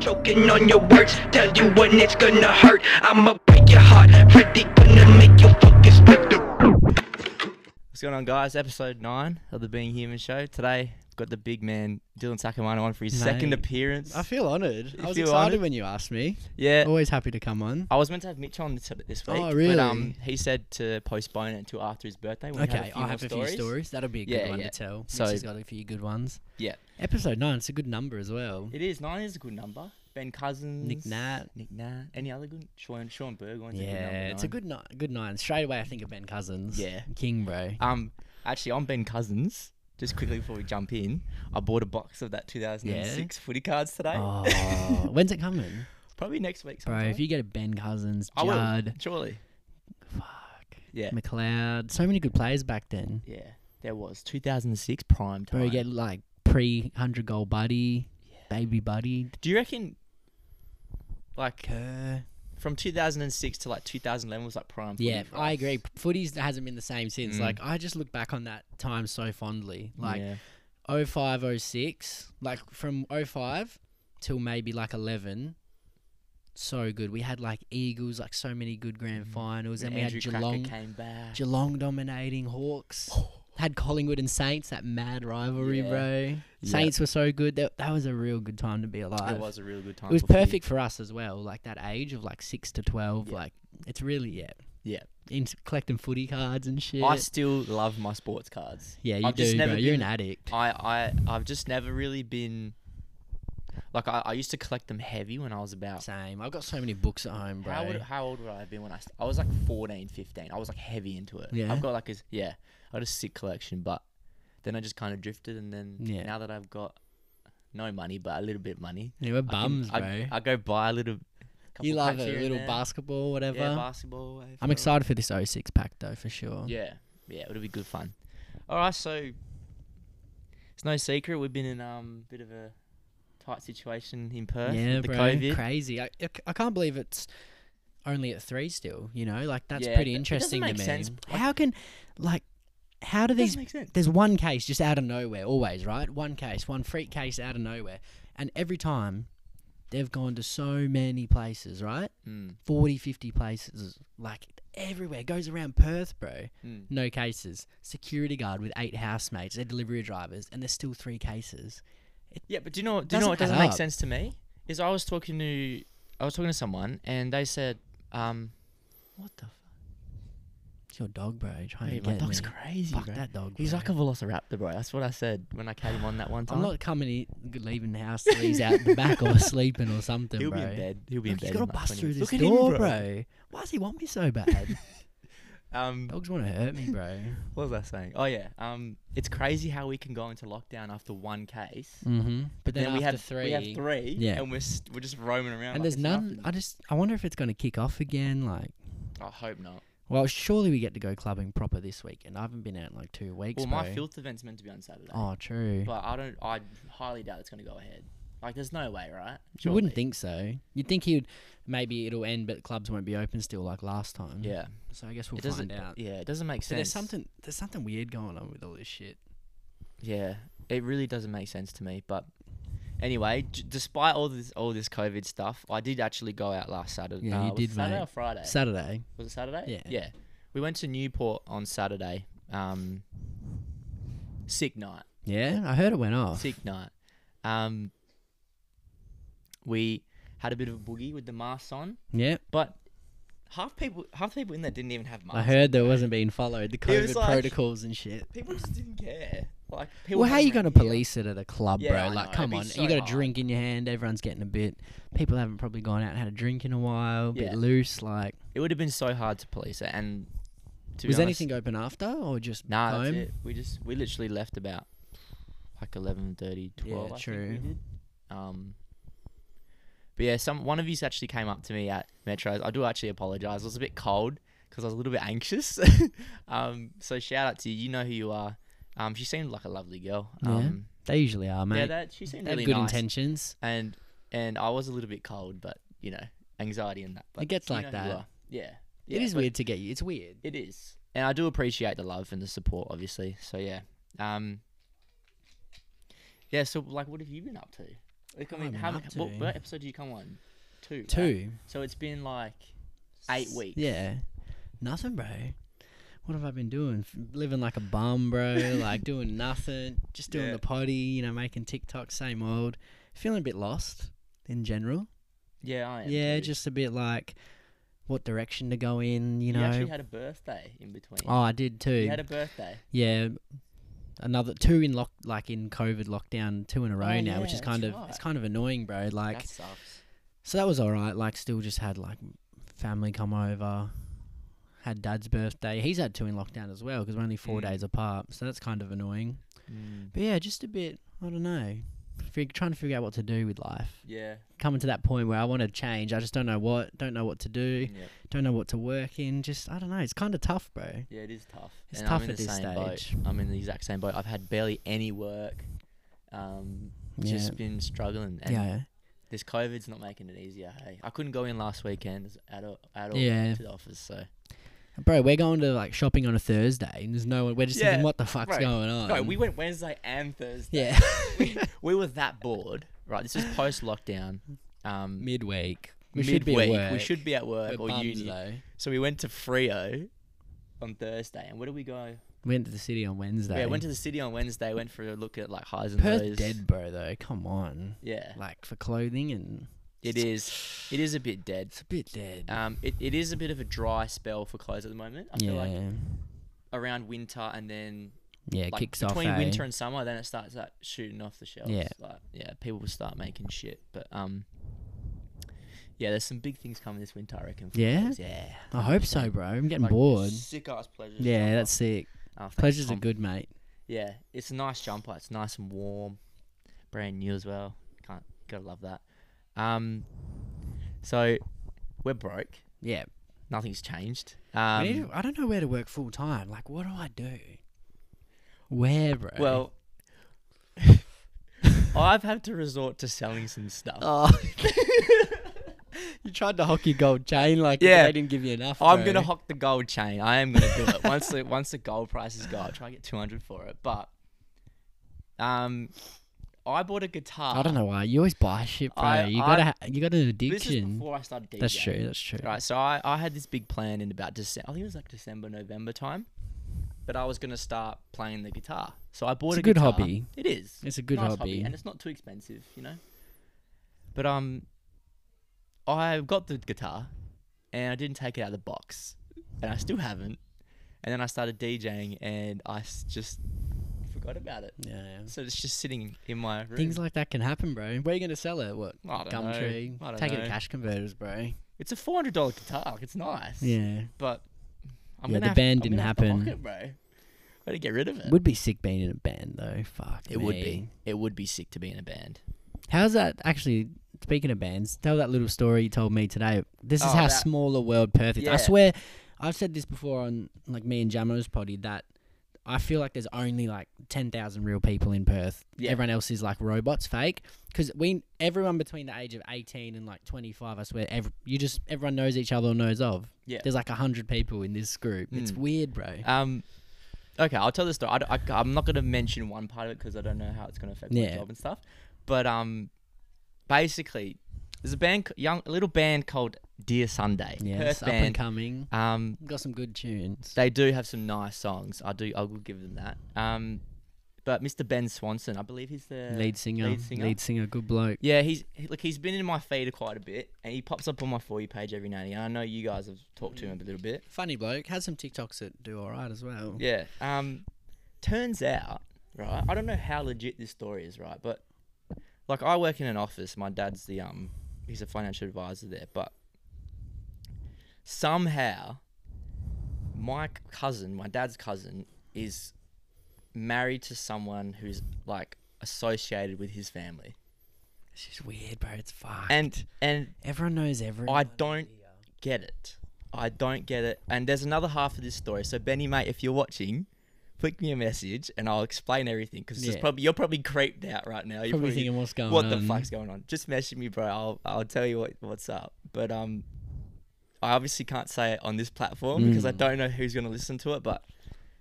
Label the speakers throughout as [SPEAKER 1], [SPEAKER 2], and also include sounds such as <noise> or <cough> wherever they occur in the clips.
[SPEAKER 1] choking on your words. Tell you when it's gonna hurt. I'ma break your heart. Really gonna make your fucking split the.
[SPEAKER 2] What's going on, guys? Episode nine of the Being Human Show. Today, we've got the big man Dylan Sakamano on for his second
[SPEAKER 3] Mate,
[SPEAKER 2] appearance.
[SPEAKER 3] I feel honoured.
[SPEAKER 2] You
[SPEAKER 3] I was
[SPEAKER 2] feel Uh,
[SPEAKER 3] excited
[SPEAKER 2] honoured?
[SPEAKER 3] when you asked me.
[SPEAKER 2] yeah,
[SPEAKER 3] Always happy to come on.
[SPEAKER 2] I was meant to have Mitch on this, this week,
[SPEAKER 3] Oh,
[SPEAKER 2] but
[SPEAKER 3] really?
[SPEAKER 2] um, he said to postpone it until after his birthday. When we had
[SPEAKER 4] Okay,
[SPEAKER 2] few
[SPEAKER 4] I
[SPEAKER 2] more
[SPEAKER 4] have a
[SPEAKER 2] stories.
[SPEAKER 4] few stories. That'll be a good
[SPEAKER 2] Yeah,
[SPEAKER 4] one
[SPEAKER 2] yeah.
[SPEAKER 4] to tell.
[SPEAKER 2] So-
[SPEAKER 4] So he's got a few good ones.
[SPEAKER 2] Yeah,
[SPEAKER 3] Episode nine, it's a good number as well.
[SPEAKER 2] it is nine is a good number. Ben Cousins,
[SPEAKER 3] Nick Nat.
[SPEAKER 2] Nick Nat, any other good Sean Sean Berg one's a good number.
[SPEAKER 4] Yeah, it's a
[SPEAKER 2] nine.
[SPEAKER 4] good ni- good nine. Straight away, I think of Ben Cousins.
[SPEAKER 2] Yeah.
[SPEAKER 4] King, bro.
[SPEAKER 2] Um, actually, on Ben Cousins. Just quickly before we jump in, I bought a box of that 2006 footy cards today. <laughs>
[SPEAKER 4] Oh, when's it coming,
[SPEAKER 2] Probably next week.
[SPEAKER 4] bro?
[SPEAKER 2] Sometime.
[SPEAKER 4] If you get a Ben Cousins,
[SPEAKER 2] I will,
[SPEAKER 4] Judd,
[SPEAKER 2] surely.
[SPEAKER 4] fuck,
[SPEAKER 2] Yeah.
[SPEAKER 4] McLeod, so many good players back then.
[SPEAKER 2] Yeah, there was 2006 prime time.
[SPEAKER 4] Bro, you get like pre hundred goal buddy, baby buddy,
[SPEAKER 2] Do you reckon, like,
[SPEAKER 4] Kerr.
[SPEAKER 2] from 2006 to like 2011 was like prime?
[SPEAKER 4] Yeah,
[SPEAKER 2] footy for
[SPEAKER 4] I
[SPEAKER 2] us?
[SPEAKER 4] agree. Footies hasn't been the same since.
[SPEAKER 2] Mm.
[SPEAKER 4] Like I just look back on that time so fondly. Like
[SPEAKER 2] yeah.
[SPEAKER 4] oh five oh six, like from oh five till maybe like 11 so good we had like eagles like so many good grand finals and we had
[SPEAKER 2] Mm-hmm. Andrew Cracker
[SPEAKER 4] geelong
[SPEAKER 2] came back. Oh.
[SPEAKER 4] geelong dominating hawks had collingwood and saints that mad rivalry
[SPEAKER 2] Yeah.
[SPEAKER 4] bro saints were so good that, that was a real good time to be alive
[SPEAKER 2] it was a really good time.
[SPEAKER 4] It was
[SPEAKER 2] for footy.
[SPEAKER 4] perfect for us as well like that age of like 6 to 12
[SPEAKER 2] Yeah.
[SPEAKER 4] like it's really yeah
[SPEAKER 2] Yeah.
[SPEAKER 4] in collecting footy cards and shit
[SPEAKER 2] I still love my sports cards.
[SPEAKER 4] yeah you
[SPEAKER 2] I've
[SPEAKER 4] do
[SPEAKER 2] just
[SPEAKER 4] bro
[SPEAKER 2] never
[SPEAKER 4] you're an
[SPEAKER 2] been-
[SPEAKER 4] addict
[SPEAKER 2] I, I I've just never really been like I, I used to collect them heavy when I was about
[SPEAKER 4] same i've got so many books at home bro
[SPEAKER 2] how old, how old would I have been when I st- I was like 14 15 I was like heavy into it
[SPEAKER 4] Yeah.
[SPEAKER 2] I've got like a s- yeah I had a sick collection but then I just kind of drifted and then
[SPEAKER 4] Yeah.
[SPEAKER 2] now that I've got no money but a little bit money
[SPEAKER 4] Yeah, we're
[SPEAKER 2] I can-
[SPEAKER 4] bums,
[SPEAKER 2] I,
[SPEAKER 4] bro.
[SPEAKER 2] I, go buy a little couple
[SPEAKER 4] you love
[SPEAKER 2] packs here
[SPEAKER 4] it,
[SPEAKER 2] and
[SPEAKER 4] little
[SPEAKER 2] there.
[SPEAKER 4] basketball, whatever.
[SPEAKER 2] yeah basketball
[SPEAKER 4] I'm
[SPEAKER 2] AFL.
[SPEAKER 4] excited for this 06 pack though, for sure.
[SPEAKER 2] Yeah, yeah, it'll be good fun. All right, so it's no secret we've been in um bit of a tight situation in Perth
[SPEAKER 4] yeah,
[SPEAKER 2] with the
[SPEAKER 4] bro,
[SPEAKER 2] COVID.
[SPEAKER 4] crazy. I, I c- I can't believe it's only at three still. You know, like that's
[SPEAKER 2] Yeah,
[SPEAKER 4] pretty
[SPEAKER 2] th- it doesn't
[SPEAKER 4] interesting
[SPEAKER 2] make
[SPEAKER 4] to me.
[SPEAKER 2] sense. Like-
[SPEAKER 4] How can, like, how do
[SPEAKER 2] Doesn't
[SPEAKER 4] these?
[SPEAKER 2] make sense.
[SPEAKER 4] There's one case just out of nowhere, always, right? One case, one freak case out of nowhere, and every time they've gone to so many places, right?
[SPEAKER 2] Mm,
[SPEAKER 4] 40, 50 places, like everywhere. Goes around Perth, bro.
[SPEAKER 2] mm.
[SPEAKER 4] no cases. Security guard with eight housemates, they're delivery drivers, and there's still three cases.
[SPEAKER 2] Yeah, but do you know? Do you know
[SPEAKER 4] Doesn't
[SPEAKER 2] what
[SPEAKER 4] add
[SPEAKER 2] doesn't make
[SPEAKER 4] up.
[SPEAKER 2] sense to me is I was talking to I was talking to someone and they said um what the fuck?
[SPEAKER 4] It's your dog, bro. Trying
[SPEAKER 2] Hey,
[SPEAKER 4] to
[SPEAKER 2] my
[SPEAKER 4] get
[SPEAKER 2] dog's
[SPEAKER 4] me.
[SPEAKER 2] crazy,
[SPEAKER 4] Fuck
[SPEAKER 2] bro.
[SPEAKER 4] that dog.
[SPEAKER 2] He's
[SPEAKER 4] bro.
[SPEAKER 2] like a velociraptor, bro. That's what I said when I came him on that one time.
[SPEAKER 4] I'm not coming in, g- leaving the house till he's out the back <laughs> or sleeping or something,
[SPEAKER 2] He'll
[SPEAKER 4] bro.
[SPEAKER 2] be in bed. He'll be in
[SPEAKER 4] Look,
[SPEAKER 2] bed. in
[SPEAKER 4] he's got to
[SPEAKER 2] like
[SPEAKER 4] bust
[SPEAKER 2] 20
[SPEAKER 4] through this
[SPEAKER 2] minutes. Look at him,
[SPEAKER 4] door, bro. Why does he want me so bad?
[SPEAKER 2] Um,
[SPEAKER 4] Dogs want to hurt
[SPEAKER 2] <laughs>
[SPEAKER 4] me, bro.
[SPEAKER 2] What was I saying? Oh yeah, um, it's crazy how we can go into lockdown after one case.
[SPEAKER 4] Mm-hmm. But then,
[SPEAKER 2] Then, we
[SPEAKER 4] after
[SPEAKER 2] have
[SPEAKER 4] three,
[SPEAKER 2] We have three.
[SPEAKER 4] Yeah.
[SPEAKER 2] and we're st- we're just roaming around.
[SPEAKER 4] and
[SPEAKER 2] like
[SPEAKER 4] there's
[SPEAKER 2] it's
[SPEAKER 4] none.
[SPEAKER 2] nothing.
[SPEAKER 4] I just, I wonder if it's going to kick off again. Like,
[SPEAKER 2] I hope not.
[SPEAKER 4] well, surely we get to go clubbing proper this week, and I haven't been out in like two weeks.
[SPEAKER 2] Well, my
[SPEAKER 4] bro.
[SPEAKER 2] filth event's meant to be on Saturday,
[SPEAKER 4] Oh, true.
[SPEAKER 2] but I don't. I highly doubt it's going to go ahead. Like, there's no way, right?
[SPEAKER 4] You
[SPEAKER 2] Surely.
[SPEAKER 4] wouldn't think so. You'd think he would. Maybe it'll end, but clubs won't be open still like last time.
[SPEAKER 2] Yeah,
[SPEAKER 4] So I guess Mm. we'll
[SPEAKER 2] it doesn't.
[SPEAKER 4] find out.
[SPEAKER 2] Yeah, it doesn't make
[SPEAKER 4] So
[SPEAKER 2] sense.
[SPEAKER 4] there's something. There's something weird going on with all this shit.
[SPEAKER 2] Yeah, it really doesn't make sense to me. But anyway, d- despite all this all this COVID stuff, I did actually go out last Saturday.
[SPEAKER 4] Yeah,
[SPEAKER 2] uh,
[SPEAKER 4] you
[SPEAKER 2] was it
[SPEAKER 4] did,
[SPEAKER 2] Saturday
[SPEAKER 4] mate.
[SPEAKER 2] or Friday.
[SPEAKER 4] Saturday.
[SPEAKER 2] Was it Saturday?
[SPEAKER 4] Yeah.
[SPEAKER 2] Yeah. We went to Newport on Saturday. Um, sick night.
[SPEAKER 4] Yeah, I heard it went off.
[SPEAKER 2] Sick night. Um, we had a bit of a boogie with the masks on,
[SPEAKER 4] Yeah,
[SPEAKER 2] but half people, half the people in there didn't even have masks.
[SPEAKER 4] I heard there wasn't being followed the
[SPEAKER 2] It was
[SPEAKER 4] COVID
[SPEAKER 2] like-
[SPEAKER 4] protocols and shit.
[SPEAKER 2] People just didn't care. Like, people
[SPEAKER 4] Well, how
[SPEAKER 2] had
[SPEAKER 4] you
[SPEAKER 2] them
[SPEAKER 4] going to
[SPEAKER 2] in here.
[SPEAKER 4] police it at a club,
[SPEAKER 2] Yeah, I
[SPEAKER 4] bro?
[SPEAKER 2] know,
[SPEAKER 4] Like,
[SPEAKER 2] it'd
[SPEAKER 4] come
[SPEAKER 2] be
[SPEAKER 4] on.
[SPEAKER 2] so
[SPEAKER 4] you got a
[SPEAKER 2] hard.
[SPEAKER 4] drink in your hand. Everyone's getting a bit. People haven't probably gone out and had a drink in a while. A
[SPEAKER 2] Yeah.
[SPEAKER 4] bit loose. Like,
[SPEAKER 2] It would have been so hard to police it. And to be
[SPEAKER 4] was
[SPEAKER 2] honest,
[SPEAKER 4] anything open after or just
[SPEAKER 2] Nah, that's
[SPEAKER 4] home?
[SPEAKER 2] it. We just we literally left about like 11:30, 12.
[SPEAKER 4] Yeah,
[SPEAKER 2] I
[SPEAKER 4] true.
[SPEAKER 2] Think we did. Um, but yeah, some one of you actually came up to me at Metro's. I do actually apologize. I was a bit cold because I was a little bit anxious. <laughs> um, so shout out to you. You know who you are. Um, she seemed like a lovely girl.
[SPEAKER 4] Yeah,
[SPEAKER 2] Um,
[SPEAKER 4] They usually are, mate.
[SPEAKER 2] yeah, that she seemed
[SPEAKER 4] they have
[SPEAKER 2] really
[SPEAKER 4] good
[SPEAKER 2] nice.
[SPEAKER 4] intentions.
[SPEAKER 2] And and I was a little bit cold, but you know, anxiety and that. But
[SPEAKER 4] gets
[SPEAKER 2] you
[SPEAKER 4] like
[SPEAKER 2] know who you
[SPEAKER 4] that.
[SPEAKER 2] are. Yeah. yeah,
[SPEAKER 4] it is
[SPEAKER 2] but-
[SPEAKER 4] weird to get you. It's weird.
[SPEAKER 2] It is. And I do appreciate the love and the support, obviously. So yeah. Um Yeah, so like what have you been up to? Like, I
[SPEAKER 4] Oh,
[SPEAKER 2] mean, how,
[SPEAKER 4] Mark
[SPEAKER 2] what,
[SPEAKER 4] doing.
[SPEAKER 2] what episode did you come on? Two. right?
[SPEAKER 4] Two.
[SPEAKER 2] So it's been like eight
[SPEAKER 4] S-
[SPEAKER 2] weeks.
[SPEAKER 4] Yeah. Nothing, bro. What have I been doing? F- Living like a bum, bro.
[SPEAKER 2] <laughs>
[SPEAKER 4] like doing nothing. Just doing
[SPEAKER 2] Yeah.
[SPEAKER 4] the potty, you know, making TikTok, same old. Feeling a bit lost in general.
[SPEAKER 2] Yeah, I am.
[SPEAKER 4] yeah,
[SPEAKER 2] too.
[SPEAKER 4] just a bit like what direction to go in, you
[SPEAKER 2] You
[SPEAKER 4] know.
[SPEAKER 2] actually had a birthday in between.
[SPEAKER 4] oh, I did too.
[SPEAKER 2] You had a birthday.
[SPEAKER 4] yeah. Another two in lock like in COVID lockdown, two in a row
[SPEAKER 2] Oh,
[SPEAKER 4] now,
[SPEAKER 2] yeah,
[SPEAKER 4] which is
[SPEAKER 2] that's
[SPEAKER 4] kind of
[SPEAKER 2] right.
[SPEAKER 4] it's kind of annoying, bro. Like
[SPEAKER 2] that sucks.
[SPEAKER 4] so that was all right. Like, still just had like family come over, had dad's birthday. He's had two in lockdown as well because we're only four
[SPEAKER 2] Mm.
[SPEAKER 4] days apart. So that's kind of annoying. But yeah, just a bit. I don't know. Fig- trying to figure out what to do with life.
[SPEAKER 2] Yeah.
[SPEAKER 4] Coming to that point where I want to change. I just don't know what. Don't know what to do.
[SPEAKER 2] Yeah.
[SPEAKER 4] Don't know what to work in. Just I don't know. It's kind of tough, bro.
[SPEAKER 2] Yeah, it is tough.
[SPEAKER 4] It's
[SPEAKER 2] And
[SPEAKER 4] tough
[SPEAKER 2] I'm in
[SPEAKER 4] at
[SPEAKER 2] the
[SPEAKER 4] this
[SPEAKER 2] same boat.
[SPEAKER 4] stage.
[SPEAKER 2] I'm in the exact same boat. I've had barely any work. Um, just been struggling.
[SPEAKER 4] yeah.
[SPEAKER 2] And
[SPEAKER 4] Yeah.
[SPEAKER 2] This COVID's not making it easier. Hey, I couldn't go in last weekend at all, at all
[SPEAKER 4] Yeah.
[SPEAKER 2] to the office. So
[SPEAKER 4] Bro, we're going to like shopping on a Thursday, and there's no one. We're just
[SPEAKER 2] Yeah,
[SPEAKER 4] thinking, what the fuck's
[SPEAKER 2] right.
[SPEAKER 4] going on?
[SPEAKER 2] no, we went Wednesday and Thursday.
[SPEAKER 4] yeah,
[SPEAKER 2] we were that bored. Right, this is post lockdown. Um,
[SPEAKER 4] <laughs> midweek. We should be at
[SPEAKER 2] midweek.
[SPEAKER 4] work.
[SPEAKER 2] We should be at work
[SPEAKER 4] We're
[SPEAKER 2] or
[SPEAKER 4] bums,
[SPEAKER 2] uni.
[SPEAKER 4] though.
[SPEAKER 2] So we went to Frio on Thursday, and where did we go?
[SPEAKER 4] Went to the city on Wednesday.
[SPEAKER 2] Yeah, went to the city on Wednesday. Went for a look at like highs and
[SPEAKER 4] Perth
[SPEAKER 2] lows.
[SPEAKER 4] dead, bro. Though, come on,
[SPEAKER 2] Yeah,
[SPEAKER 4] like for clothing and
[SPEAKER 2] it is. It is a bit dead.
[SPEAKER 4] it's a bit dead.
[SPEAKER 2] Um, it, it is a bit of a dry spell for clothes at the moment. I
[SPEAKER 4] yeah,
[SPEAKER 2] feel like around winter and then
[SPEAKER 4] yeah, it
[SPEAKER 2] like
[SPEAKER 4] kicks off.
[SPEAKER 2] between
[SPEAKER 4] eh?
[SPEAKER 2] winter and summer, then it starts like shooting off the shelves.
[SPEAKER 4] Yeah.
[SPEAKER 2] like, yeah, people will start making shit. But um, yeah, there's some big things coming this winter. I reckon. for
[SPEAKER 4] Yeah?
[SPEAKER 2] clothes. yeah.
[SPEAKER 4] I hope so, bro. I'm getting
[SPEAKER 2] Like,
[SPEAKER 4] bored.
[SPEAKER 2] Sick ass pleasures.
[SPEAKER 4] Yeah,
[SPEAKER 2] jumper.
[SPEAKER 4] that's sick.
[SPEAKER 2] Oh, thanks,
[SPEAKER 4] Pleasures are
[SPEAKER 2] Tom.
[SPEAKER 4] good, mate.
[SPEAKER 2] Yeah, it's a nice jumper. It's nice and warm, brand new as well. Can't gotta love that. Um, so we're broke.
[SPEAKER 4] Yeah,
[SPEAKER 2] Nothing's changed.
[SPEAKER 4] I
[SPEAKER 2] Um,
[SPEAKER 4] need to- I don't know where to work full time. Like, what do I do? Where, bro?
[SPEAKER 2] well, Um, <laughs> I've had to resort to selling some stuff.
[SPEAKER 4] <laughs> oh. you tried to hockey gold chain, like
[SPEAKER 2] Yeah.
[SPEAKER 4] they didn't give you enough.
[SPEAKER 2] I'm
[SPEAKER 4] bro.
[SPEAKER 2] gonna hock the gold chain. I am gonna do it once the once the gold prices go. I'll try and get 200 for it. But um, I bought a guitar.
[SPEAKER 4] I don't know why you always buy shit, bro.
[SPEAKER 2] I-
[SPEAKER 4] you
[SPEAKER 2] I-
[SPEAKER 4] gotta, ha- you got an
[SPEAKER 2] This is
[SPEAKER 4] addiction.
[SPEAKER 2] before I started DJing.
[SPEAKER 4] That's true. That's true.
[SPEAKER 2] Right, so I, I had this big plan in about December. I think it was like December, November time, but I was gonna start playing the guitar. So I bought
[SPEAKER 4] It's a
[SPEAKER 2] a,
[SPEAKER 4] good
[SPEAKER 2] guitar.
[SPEAKER 4] hobby.
[SPEAKER 2] It is.
[SPEAKER 4] It's a good
[SPEAKER 2] nice
[SPEAKER 4] hobby.
[SPEAKER 2] and it's not too expensive, you know. But um, I got the guitar, and I didn't take it out of the box, and I still haven't. And then I started DJing, and I s- just forgot about it.
[SPEAKER 4] Yeah.
[SPEAKER 2] So it's just sitting in my room.
[SPEAKER 4] Things like that can happen, bro. Where are you going to sell it? What?
[SPEAKER 2] I don't know.
[SPEAKER 4] Gumtree?
[SPEAKER 2] I don't
[SPEAKER 4] Take it
[SPEAKER 2] know.
[SPEAKER 4] to cash converters, bro.
[SPEAKER 2] It's a four hundred dollar guitar. like, It's nice.
[SPEAKER 4] Yeah.
[SPEAKER 2] But I'm
[SPEAKER 4] Yeah,
[SPEAKER 2] gonna
[SPEAKER 4] the
[SPEAKER 2] have-
[SPEAKER 4] band
[SPEAKER 2] I'm
[SPEAKER 4] didn't
[SPEAKER 2] gonna have to
[SPEAKER 4] happen.
[SPEAKER 2] lock it, bro. Gotta get rid of it.
[SPEAKER 4] Would be sick being in a band, though. Fuck.
[SPEAKER 2] it would be.
[SPEAKER 4] me.
[SPEAKER 2] It would be sick to be in a band.
[SPEAKER 4] How's that actually? Speaking of bands, tell that little story you told me today. This is
[SPEAKER 2] Oh,
[SPEAKER 4] how
[SPEAKER 2] that-
[SPEAKER 4] small a world Perth is.
[SPEAKER 2] Yeah.
[SPEAKER 4] I swear, I've said this before on like me and Jamo's potty that I feel like there's only like ten thousand real people in Perth.
[SPEAKER 2] Yeah.
[SPEAKER 4] Everyone else is like robots, fake. Because we, everyone between the age of eighteen and like twenty five, I swear, every, you just everyone knows each other or knows of.
[SPEAKER 2] Yeah.
[SPEAKER 4] There's like hundred people in this group. It's
[SPEAKER 2] Mm.
[SPEAKER 4] weird, bro.
[SPEAKER 2] Um, okay, I'll tell the story. I, am not gonna mention one part of it because I don't know how it's gonna affect my
[SPEAKER 4] Yeah.
[SPEAKER 2] job and stuff. But um, basically, there's a band, c- young, a little band called Dear Sunday.
[SPEAKER 4] yes,
[SPEAKER 2] Perth
[SPEAKER 4] up and
[SPEAKER 2] band.
[SPEAKER 4] coming.
[SPEAKER 2] Um,
[SPEAKER 4] Got some good tunes.
[SPEAKER 2] They do have some nice songs. I do. I will give them that. Um, but Mr. Ben Swanson, I believe he's the
[SPEAKER 4] lead singer,
[SPEAKER 2] Lead singer.
[SPEAKER 4] good bloke.
[SPEAKER 2] Yeah, he's he, look. He's been in my feed quite a bit, and he pops up on my for you page every now and again. I know you guys have talked to him a little bit.
[SPEAKER 4] Funny bloke. Has some TikToks that do all right as well.
[SPEAKER 2] Yeah. Um, turns out, right? I don't know how legit this story is, right? But like, I work in an office. My dad's the um, he's a financial advisor there. But somehow, my cousin, my dad's cousin, is married to someone who's like associated with his family,
[SPEAKER 4] It's just weird, bro. It's fucked.
[SPEAKER 2] and and
[SPEAKER 4] everyone knows everyone.
[SPEAKER 2] I don't get it. I don't get it. And there's another half of this story. So Benny, mate, if you're watching, flick me a message and I'll explain everything because
[SPEAKER 4] Yeah.
[SPEAKER 2] probably you're probably creeped out right now. You're
[SPEAKER 4] Probably thinking what's going
[SPEAKER 2] what the
[SPEAKER 4] on."
[SPEAKER 2] fuck's going on? Just message me, bro. I'll I'll tell you what, what's up. But um, I obviously can't say it on this platform because
[SPEAKER 4] Mm.
[SPEAKER 2] I don't know who's gonna listen to it. But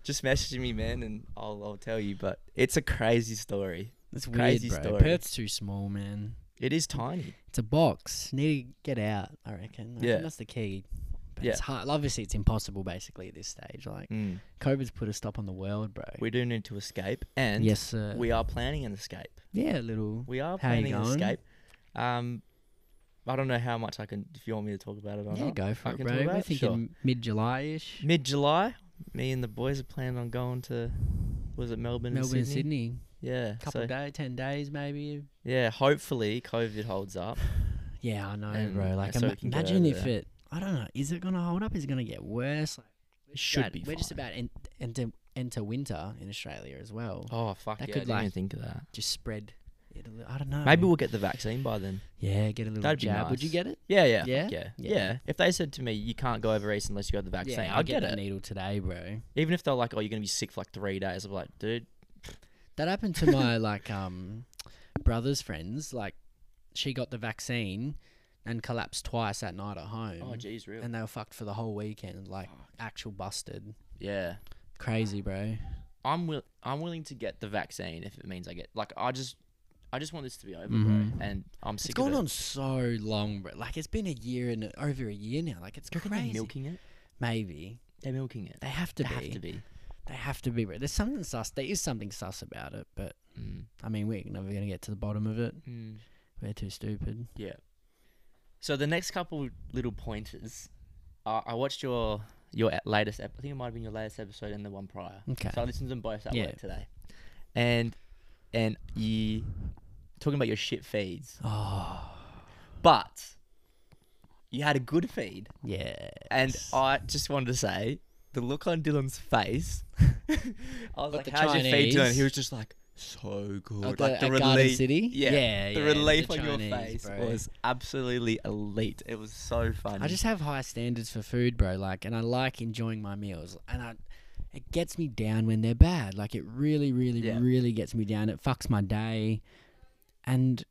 [SPEAKER 2] just message me, man, and I'll I'll tell you. But it's a crazy story.
[SPEAKER 4] It's
[SPEAKER 2] crazy
[SPEAKER 4] weird, bro.
[SPEAKER 2] story.
[SPEAKER 4] Perth's too small, man.
[SPEAKER 2] It is tiny.
[SPEAKER 4] It's a box. Need to get out. I reckon. I
[SPEAKER 2] Yeah.
[SPEAKER 4] think that's the key. But
[SPEAKER 2] Yeah.
[SPEAKER 4] it's hard. Obviously, it's impossible. Basically, at this stage, like
[SPEAKER 2] Mm.
[SPEAKER 4] COVID's put a stop on the world, bro.
[SPEAKER 2] We do need to escape, and
[SPEAKER 4] yes, sir.
[SPEAKER 2] we are planning an escape.
[SPEAKER 4] yeah, little.
[SPEAKER 2] We are
[SPEAKER 4] How you
[SPEAKER 2] planning an
[SPEAKER 4] going?
[SPEAKER 2] escape. Um, I don't know how much I can. If you want me to talk about it or
[SPEAKER 4] Yeah,
[SPEAKER 2] not.
[SPEAKER 4] go for
[SPEAKER 2] I
[SPEAKER 4] it,
[SPEAKER 2] can
[SPEAKER 4] bro.
[SPEAKER 2] talk about
[SPEAKER 4] We're
[SPEAKER 2] it? Sure.
[SPEAKER 4] thinking mid July ish.
[SPEAKER 2] Mid July, me and the boys are planning on going to. Was it Melbourne?
[SPEAKER 4] Melbourne,
[SPEAKER 2] and Sydney.
[SPEAKER 4] Sydney.
[SPEAKER 2] Yeah.
[SPEAKER 4] Couple
[SPEAKER 2] so-
[SPEAKER 4] of days, ten days maybe.
[SPEAKER 2] Yeah. Hopefully, COVID holds
[SPEAKER 4] <laughs>
[SPEAKER 2] up.
[SPEAKER 4] Yeah, I know,
[SPEAKER 2] And
[SPEAKER 4] bro. Like,
[SPEAKER 2] so
[SPEAKER 4] ima-
[SPEAKER 2] we can get
[SPEAKER 4] imagine
[SPEAKER 2] over
[SPEAKER 4] if
[SPEAKER 2] there.
[SPEAKER 4] it. I don't know. Is it gonna hold up? Is it gonna get worse? Like, we're just
[SPEAKER 2] Should
[SPEAKER 4] about-
[SPEAKER 2] be
[SPEAKER 4] We're just
[SPEAKER 2] fine.
[SPEAKER 4] about en- enter enter winter in Australia as well.
[SPEAKER 2] Oh fuck!
[SPEAKER 4] That
[SPEAKER 2] yeah, I
[SPEAKER 4] could, Um,
[SPEAKER 2] didn't even
[SPEAKER 4] like-
[SPEAKER 2] think of that.
[SPEAKER 4] Just spread. It a li- I don't know.
[SPEAKER 2] Maybe we'll get the vaccine by then.
[SPEAKER 4] Yeah, get a little
[SPEAKER 2] That'd be
[SPEAKER 4] jab. Would you
[SPEAKER 2] nice.
[SPEAKER 4] get it?
[SPEAKER 2] Yeah, yeah, yeah,
[SPEAKER 4] Yeah?
[SPEAKER 2] yeah,
[SPEAKER 4] Yeah.
[SPEAKER 2] yeah. If they said to me, "You can't go over east unless you got the vaccine," I'd get,
[SPEAKER 4] the
[SPEAKER 2] it.
[SPEAKER 4] needle today, bro.
[SPEAKER 2] Even if they're like, "Oh, you're gonna be sick for like three days," I'm like, "Dude,
[SPEAKER 4] That happened to my <laughs> like um brother's friends. Like, she got the vaccine and collapsed twice that night at home.
[SPEAKER 2] oh jeez, real."
[SPEAKER 4] and they were fucked for the whole weekend. Like,
[SPEAKER 2] Fuck.
[SPEAKER 4] actual busted.
[SPEAKER 2] Yeah,
[SPEAKER 4] Crazy, bro.
[SPEAKER 2] I'm will I'm willing to get the vaccine if it means I get like I just I just want this to be over,
[SPEAKER 4] Mhm.
[SPEAKER 2] bro. And I'm sick.
[SPEAKER 4] It's gone
[SPEAKER 2] of it.
[SPEAKER 4] on so long, bro. Like it's been a year and over a year now. Like it's
[SPEAKER 2] Do you reckon
[SPEAKER 4] crazy.
[SPEAKER 2] They're milking it.
[SPEAKER 4] Maybe
[SPEAKER 2] They're milking it.
[SPEAKER 4] they have to
[SPEAKER 2] They
[SPEAKER 4] be.
[SPEAKER 2] have to be.
[SPEAKER 4] They have to be. Bro. There's something sus. There is something sus about it, but
[SPEAKER 2] Mm.
[SPEAKER 4] I mean, we're never gonna get to the bottom of it.
[SPEAKER 2] Mm.
[SPEAKER 4] We're too stupid.
[SPEAKER 2] Yeah. So the next couple little pointers, uh, I watched your your e- latest. Ep- I think it might have been your latest episode and the one prior.
[SPEAKER 4] Okay.
[SPEAKER 2] So I listened to them both at
[SPEAKER 4] Yeah.
[SPEAKER 2] work today, and and you talking about your shit feeds,
[SPEAKER 4] Oh
[SPEAKER 2] but you had a good feed,
[SPEAKER 4] yeah.
[SPEAKER 2] and I just wanted to say the look on Dylan's face. <laughs> I was
[SPEAKER 4] What,
[SPEAKER 2] like,
[SPEAKER 4] the
[SPEAKER 2] "How's your feed, Dylan?" He
[SPEAKER 4] Chinese?
[SPEAKER 2] was just like, "So good."
[SPEAKER 4] At
[SPEAKER 2] like
[SPEAKER 4] at Garden
[SPEAKER 2] relief.
[SPEAKER 4] City.
[SPEAKER 2] Yeah,
[SPEAKER 4] yeah.
[SPEAKER 2] the
[SPEAKER 4] yeah,
[SPEAKER 2] relief on
[SPEAKER 4] Chinese,
[SPEAKER 2] your face
[SPEAKER 4] bro.
[SPEAKER 2] was absolutely elite. It was so funny.
[SPEAKER 4] I just have high standards for food, bro. Like, and I like enjoying my meals, and I, it gets me down when they're bad. Like, it really, really,
[SPEAKER 2] Yeah.
[SPEAKER 4] really gets me down. It fucks my day, and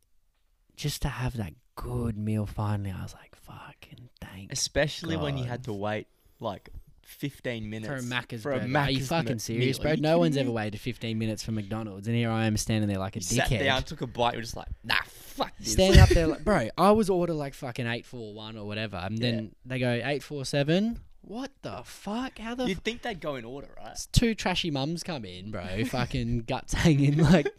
[SPEAKER 4] just to have that good meal finally, I was like, fucking thank.
[SPEAKER 2] especially when you
[SPEAKER 4] God.
[SPEAKER 2] had to wait like 15 minutes
[SPEAKER 4] For a Macca's
[SPEAKER 2] for a
[SPEAKER 4] burger. Are you
[SPEAKER 2] Macca's
[SPEAKER 4] fucking
[SPEAKER 2] mi-
[SPEAKER 4] serious,
[SPEAKER 2] meal. Are
[SPEAKER 4] bro?
[SPEAKER 2] you
[SPEAKER 4] No one's
[SPEAKER 2] kidding
[SPEAKER 4] ever
[SPEAKER 2] me?
[SPEAKER 4] waited 15 minutes for McDonald's, and here I am standing there like a
[SPEAKER 2] You
[SPEAKER 4] dickhead.
[SPEAKER 2] sat down, took a bite, you were just like, nah, fuck this.
[SPEAKER 4] Stand up there, like, bro. I was order like fucking eight four one or whatever, and
[SPEAKER 2] Yeah.
[SPEAKER 4] then they go eight four seven. What the fuck? How the
[SPEAKER 2] <laughs> You'd think they'd go in order, right?
[SPEAKER 4] It's two trashy mums come in, bro. <laughs> Fucking guts hanging like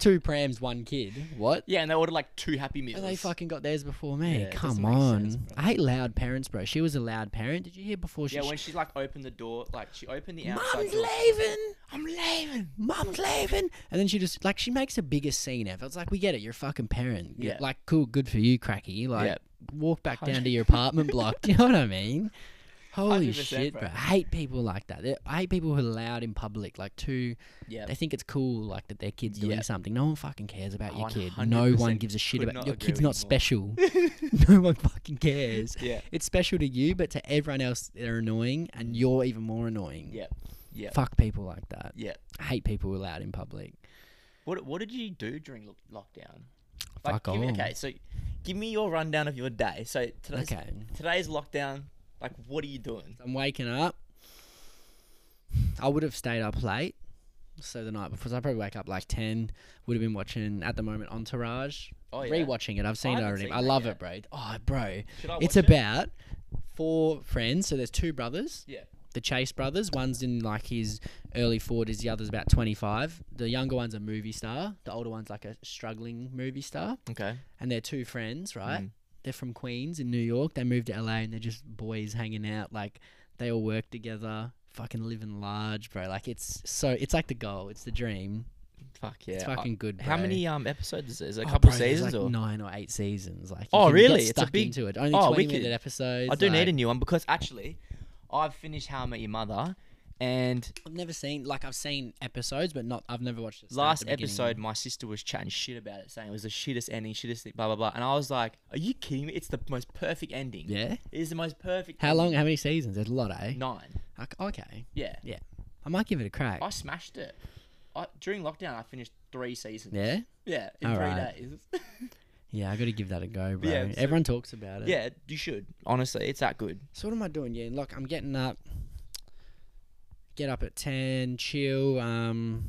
[SPEAKER 4] two prams, one kid. What?
[SPEAKER 2] Yeah, and they ordered like two Happy Meals.
[SPEAKER 4] And they fucking got theirs before me.
[SPEAKER 2] Yeah, it doesn't
[SPEAKER 4] come
[SPEAKER 2] make
[SPEAKER 4] on.
[SPEAKER 2] sense, bro.
[SPEAKER 4] I hate loud parents, bro. She was a loud parent. Did you hear before she?
[SPEAKER 2] Yeah, when she like opened the door, like she opened the outside
[SPEAKER 4] Mum's
[SPEAKER 2] door.
[SPEAKER 4] leaving.
[SPEAKER 2] I'm leaving.
[SPEAKER 4] Mum's leaving. And then she just like she makes the biggest scene ever. It's like we get it. You're a fucking parent.
[SPEAKER 2] Yeah.
[SPEAKER 4] Like cool, good for you, cracky. Like
[SPEAKER 2] Yeah.
[SPEAKER 4] walk back down to your apartment block. <laughs> Do you know what I mean? Holy
[SPEAKER 2] 100%,
[SPEAKER 4] shit,
[SPEAKER 2] bro.
[SPEAKER 4] bro. I hate people like that. They- I hate people who are loud in public, like too
[SPEAKER 2] Yeah.
[SPEAKER 4] They think it's cool, like that their kid's doing
[SPEAKER 2] Yeah.
[SPEAKER 4] something. No one fucking cares about your kid. No
[SPEAKER 2] 100%
[SPEAKER 4] one gives a shit
[SPEAKER 2] could
[SPEAKER 4] about
[SPEAKER 2] not
[SPEAKER 4] your
[SPEAKER 2] agree
[SPEAKER 4] kid's
[SPEAKER 2] with you more.
[SPEAKER 4] not special.
[SPEAKER 2] <laughs>
[SPEAKER 4] <laughs> no one fucking cares.
[SPEAKER 2] Yeah.
[SPEAKER 4] It's special to you, but to everyone else, they're annoying, and you're even more annoying.
[SPEAKER 2] Yeah. Yeah.
[SPEAKER 4] Fuck people like that.
[SPEAKER 2] Yeah.
[SPEAKER 4] I hate people who are loud in public.
[SPEAKER 2] What What did you do during lo- lockdown? Like,
[SPEAKER 4] Fuck
[SPEAKER 2] give me,
[SPEAKER 4] all.
[SPEAKER 2] Okay, so give me your rundown of your day. So today's
[SPEAKER 4] Okay.
[SPEAKER 2] today's lockdown. Like, what are you doing?
[SPEAKER 4] I'm waking up. I would have stayed up late. So the night before, so I probably wake up like 10. Would have been watching, at the moment, Entourage.
[SPEAKER 2] Oh, yeah.
[SPEAKER 4] Rewatching it. I've seen it
[SPEAKER 2] haven't
[SPEAKER 4] already.
[SPEAKER 2] seen
[SPEAKER 4] I
[SPEAKER 2] that
[SPEAKER 4] love
[SPEAKER 2] yet.
[SPEAKER 4] it, bro. Oh, bro.
[SPEAKER 2] Should I
[SPEAKER 4] It's
[SPEAKER 2] watch it?
[SPEAKER 4] about four friends. So there's two brothers,
[SPEAKER 2] Yeah.
[SPEAKER 4] the Chase brothers. One's in like his early 40s, the other's about 25. The younger one's a movie star, the older one's like a struggling movie star.
[SPEAKER 2] Okay.
[SPEAKER 4] And they're two friends, right?
[SPEAKER 2] Mm.
[SPEAKER 4] They're from Queens in New York. They moved to LA and they're just boys hanging out. Like they all work together, fucking living large, bro. Like it's so, it's like the goal, it's the dream.
[SPEAKER 2] Fuck yeah.
[SPEAKER 4] It's
[SPEAKER 2] I-
[SPEAKER 4] fucking good, bro.
[SPEAKER 2] How many um episodes is it? Is it a
[SPEAKER 4] Oh,
[SPEAKER 2] couple
[SPEAKER 4] bro, there's,
[SPEAKER 2] seasons
[SPEAKER 4] like
[SPEAKER 2] or?
[SPEAKER 4] nine or eight seasons? Like you
[SPEAKER 2] Oh,
[SPEAKER 4] can get
[SPEAKER 2] really? It's a
[SPEAKER 4] stuck
[SPEAKER 2] big-
[SPEAKER 4] into it. Only
[SPEAKER 2] Oh,
[SPEAKER 4] twenty
[SPEAKER 2] wicked.
[SPEAKER 4] minute episodes.
[SPEAKER 2] I do
[SPEAKER 4] like-
[SPEAKER 2] need a new one because actually, I've finished How I Met Your Mother, and
[SPEAKER 4] I've never seen like I've seen episodes, but not I've never watched the start,
[SPEAKER 2] last
[SPEAKER 4] the beginning.
[SPEAKER 2] episode my sister was chatting shit about it, saying it was the shittest ending, shittest thing, blah blah blah. And I was like, "Are you kidding me? It's the most perfect ending.
[SPEAKER 4] Yeah.
[SPEAKER 2] It is the most perfect."
[SPEAKER 4] How long? How many seasons? There's a lot, eh?
[SPEAKER 2] ending." Nine.
[SPEAKER 4] Like, Okay,
[SPEAKER 2] Yeah.
[SPEAKER 4] Yeah. I might give it a crack.
[SPEAKER 2] I smashed it. I, during lockdown, I finished three seasons.
[SPEAKER 4] Yeah.
[SPEAKER 2] Yeah, in three
[SPEAKER 4] Alright.
[SPEAKER 2] days.
[SPEAKER 4] Yeah, I got to give that a go, bro.
[SPEAKER 2] Yeah, so-
[SPEAKER 4] Everyone talks about
[SPEAKER 2] <laughs>
[SPEAKER 4] it.
[SPEAKER 2] yeah, you should. Honestly, it's that good.
[SPEAKER 4] So what am I doing? Yeah, look, I'm getting up. Get up at ten, chill. Um,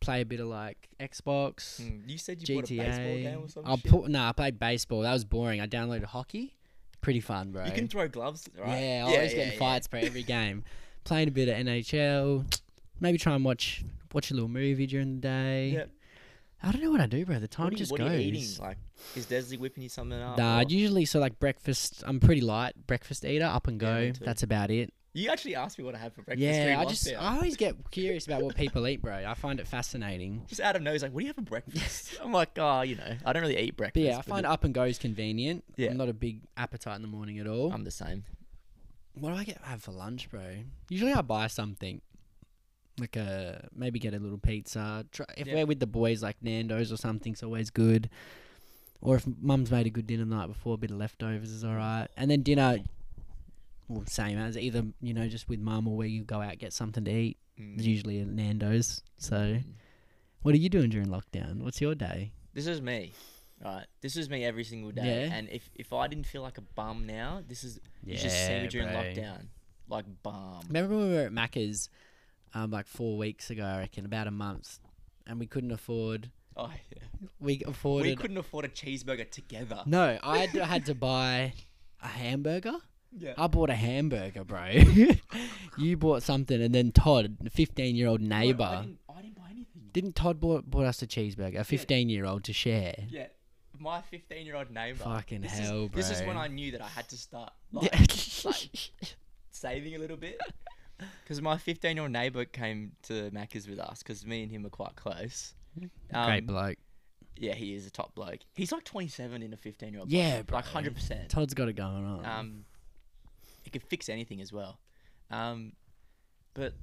[SPEAKER 4] play a bit of like Xbox,
[SPEAKER 2] Mm, You said you bought a baseball game or
[SPEAKER 4] GTA.
[SPEAKER 2] something.
[SPEAKER 4] I put nah, I played baseball. That was boring. I downloaded hockey. Pretty fun, bro.
[SPEAKER 2] You can throw gloves, right?
[SPEAKER 4] Yeah, I was getting fights for
[SPEAKER 2] <laughs>
[SPEAKER 4] every game. Playing a bit of NHL. Maybe try and watch watch a little movie during the day.
[SPEAKER 2] Yeah.
[SPEAKER 4] I don't know what I do, bro. The time
[SPEAKER 2] What, are you,
[SPEAKER 4] just
[SPEAKER 2] what
[SPEAKER 4] goes.
[SPEAKER 2] are you eating? Oh. Like, is Desley whipping you something up?
[SPEAKER 4] Nah,
[SPEAKER 2] or-
[SPEAKER 4] I'd usually so like breakfast. I'm pretty light breakfast eater, up and
[SPEAKER 2] Yeah,
[SPEAKER 4] go.
[SPEAKER 2] me too.
[SPEAKER 4] That's about it.
[SPEAKER 2] you actually asked me what I had for breakfast.
[SPEAKER 4] yeah,
[SPEAKER 2] during
[SPEAKER 4] I just
[SPEAKER 2] lockdown.
[SPEAKER 4] I always get curious about what people eat, bro. I find
[SPEAKER 2] <laughs>
[SPEAKER 4] it fascinating.
[SPEAKER 2] Just out of nowhere, he's like, "What do you have for
[SPEAKER 4] <laughs>
[SPEAKER 2] breakfast?" I'm like, "Oh, you know, I don't really eat
[SPEAKER 4] But
[SPEAKER 2] breakfast."
[SPEAKER 4] yeah, I find
[SPEAKER 2] it-
[SPEAKER 4] up and go is convenient.
[SPEAKER 2] Yeah.
[SPEAKER 4] I'm not a big appetite in the morning at all.
[SPEAKER 2] I'm the same.
[SPEAKER 4] what do I get have for lunch, bro? Usually I buy something. Like a maybe get a little pizza. Try, if
[SPEAKER 2] Yeah.
[SPEAKER 4] we're with the boys, like Nando's or something's always good. Or if mum's made a good dinner the night before, a bit of leftovers is all right. And then dinner, well, same as either you know just with mum or where you go out get something to eat. It's usually at Nando's. So,
[SPEAKER 2] Mm.
[SPEAKER 4] what are you doing during lockdown? What's your day?
[SPEAKER 2] This is me, right? This is me every single day.
[SPEAKER 4] Yeah.
[SPEAKER 2] And if if I didn't feel like a bum now, this is you just see me during lockdown, like bum.
[SPEAKER 4] Remember when we were at Macca's, um, like four weeks ago, I reckon, about a month, and we couldn't afford.
[SPEAKER 2] Oh, yeah.
[SPEAKER 4] We afforded.
[SPEAKER 2] We couldn't afford a cheeseburger together.
[SPEAKER 4] No, I had, I had to buy a hamburger.
[SPEAKER 2] Yeah.
[SPEAKER 4] I bought a hamburger, bro. <laughs> you bought something, and then Todd, the fifteen-year-old neighbor,
[SPEAKER 2] I
[SPEAKER 4] didn't,
[SPEAKER 2] didn't, I didn't buy anything.
[SPEAKER 4] Todd bought bought us a cheeseburger, a fifteen-year-old to share.
[SPEAKER 2] Yeah. My 15 year old neighbor.
[SPEAKER 4] Fucking
[SPEAKER 2] this
[SPEAKER 4] hell,
[SPEAKER 2] is, This is when
[SPEAKER 4] bro.
[SPEAKER 2] I knew that I had to start
[SPEAKER 4] <laughs>
[SPEAKER 2] like,
[SPEAKER 4] Yeah.
[SPEAKER 2] like, saving a little bit. Because my 15 year old neighbor came to Macca's with us because me and him are quite close. Um,
[SPEAKER 4] Great bloke.
[SPEAKER 2] Yeah, he is a top bloke. He's like 27 in a 15 year old.
[SPEAKER 4] Yeah,
[SPEAKER 2] bloke,
[SPEAKER 4] bro.
[SPEAKER 2] Like 100%.
[SPEAKER 4] Todd's got it going on.
[SPEAKER 2] Um, it could fix anything as well. Um, but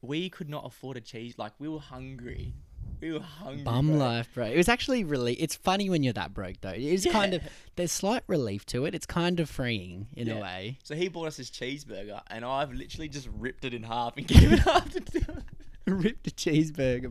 [SPEAKER 2] we could not afford a cheese. Like we were hungry. We were hungry.
[SPEAKER 4] Bum
[SPEAKER 2] bro.
[SPEAKER 4] life, bro. It was actually really. It's funny when you're that broke, though. It is kind of
[SPEAKER 2] Yeah.
[SPEAKER 4] there's slight relief to it. It's kind of freeing in
[SPEAKER 2] Yeah.
[SPEAKER 4] a way.
[SPEAKER 2] So he bought us his cheeseburger, and I've literally just ripped it in half and <laughs> gave it half to Dylan.
[SPEAKER 4] <laughs> Ripped a cheeseburger,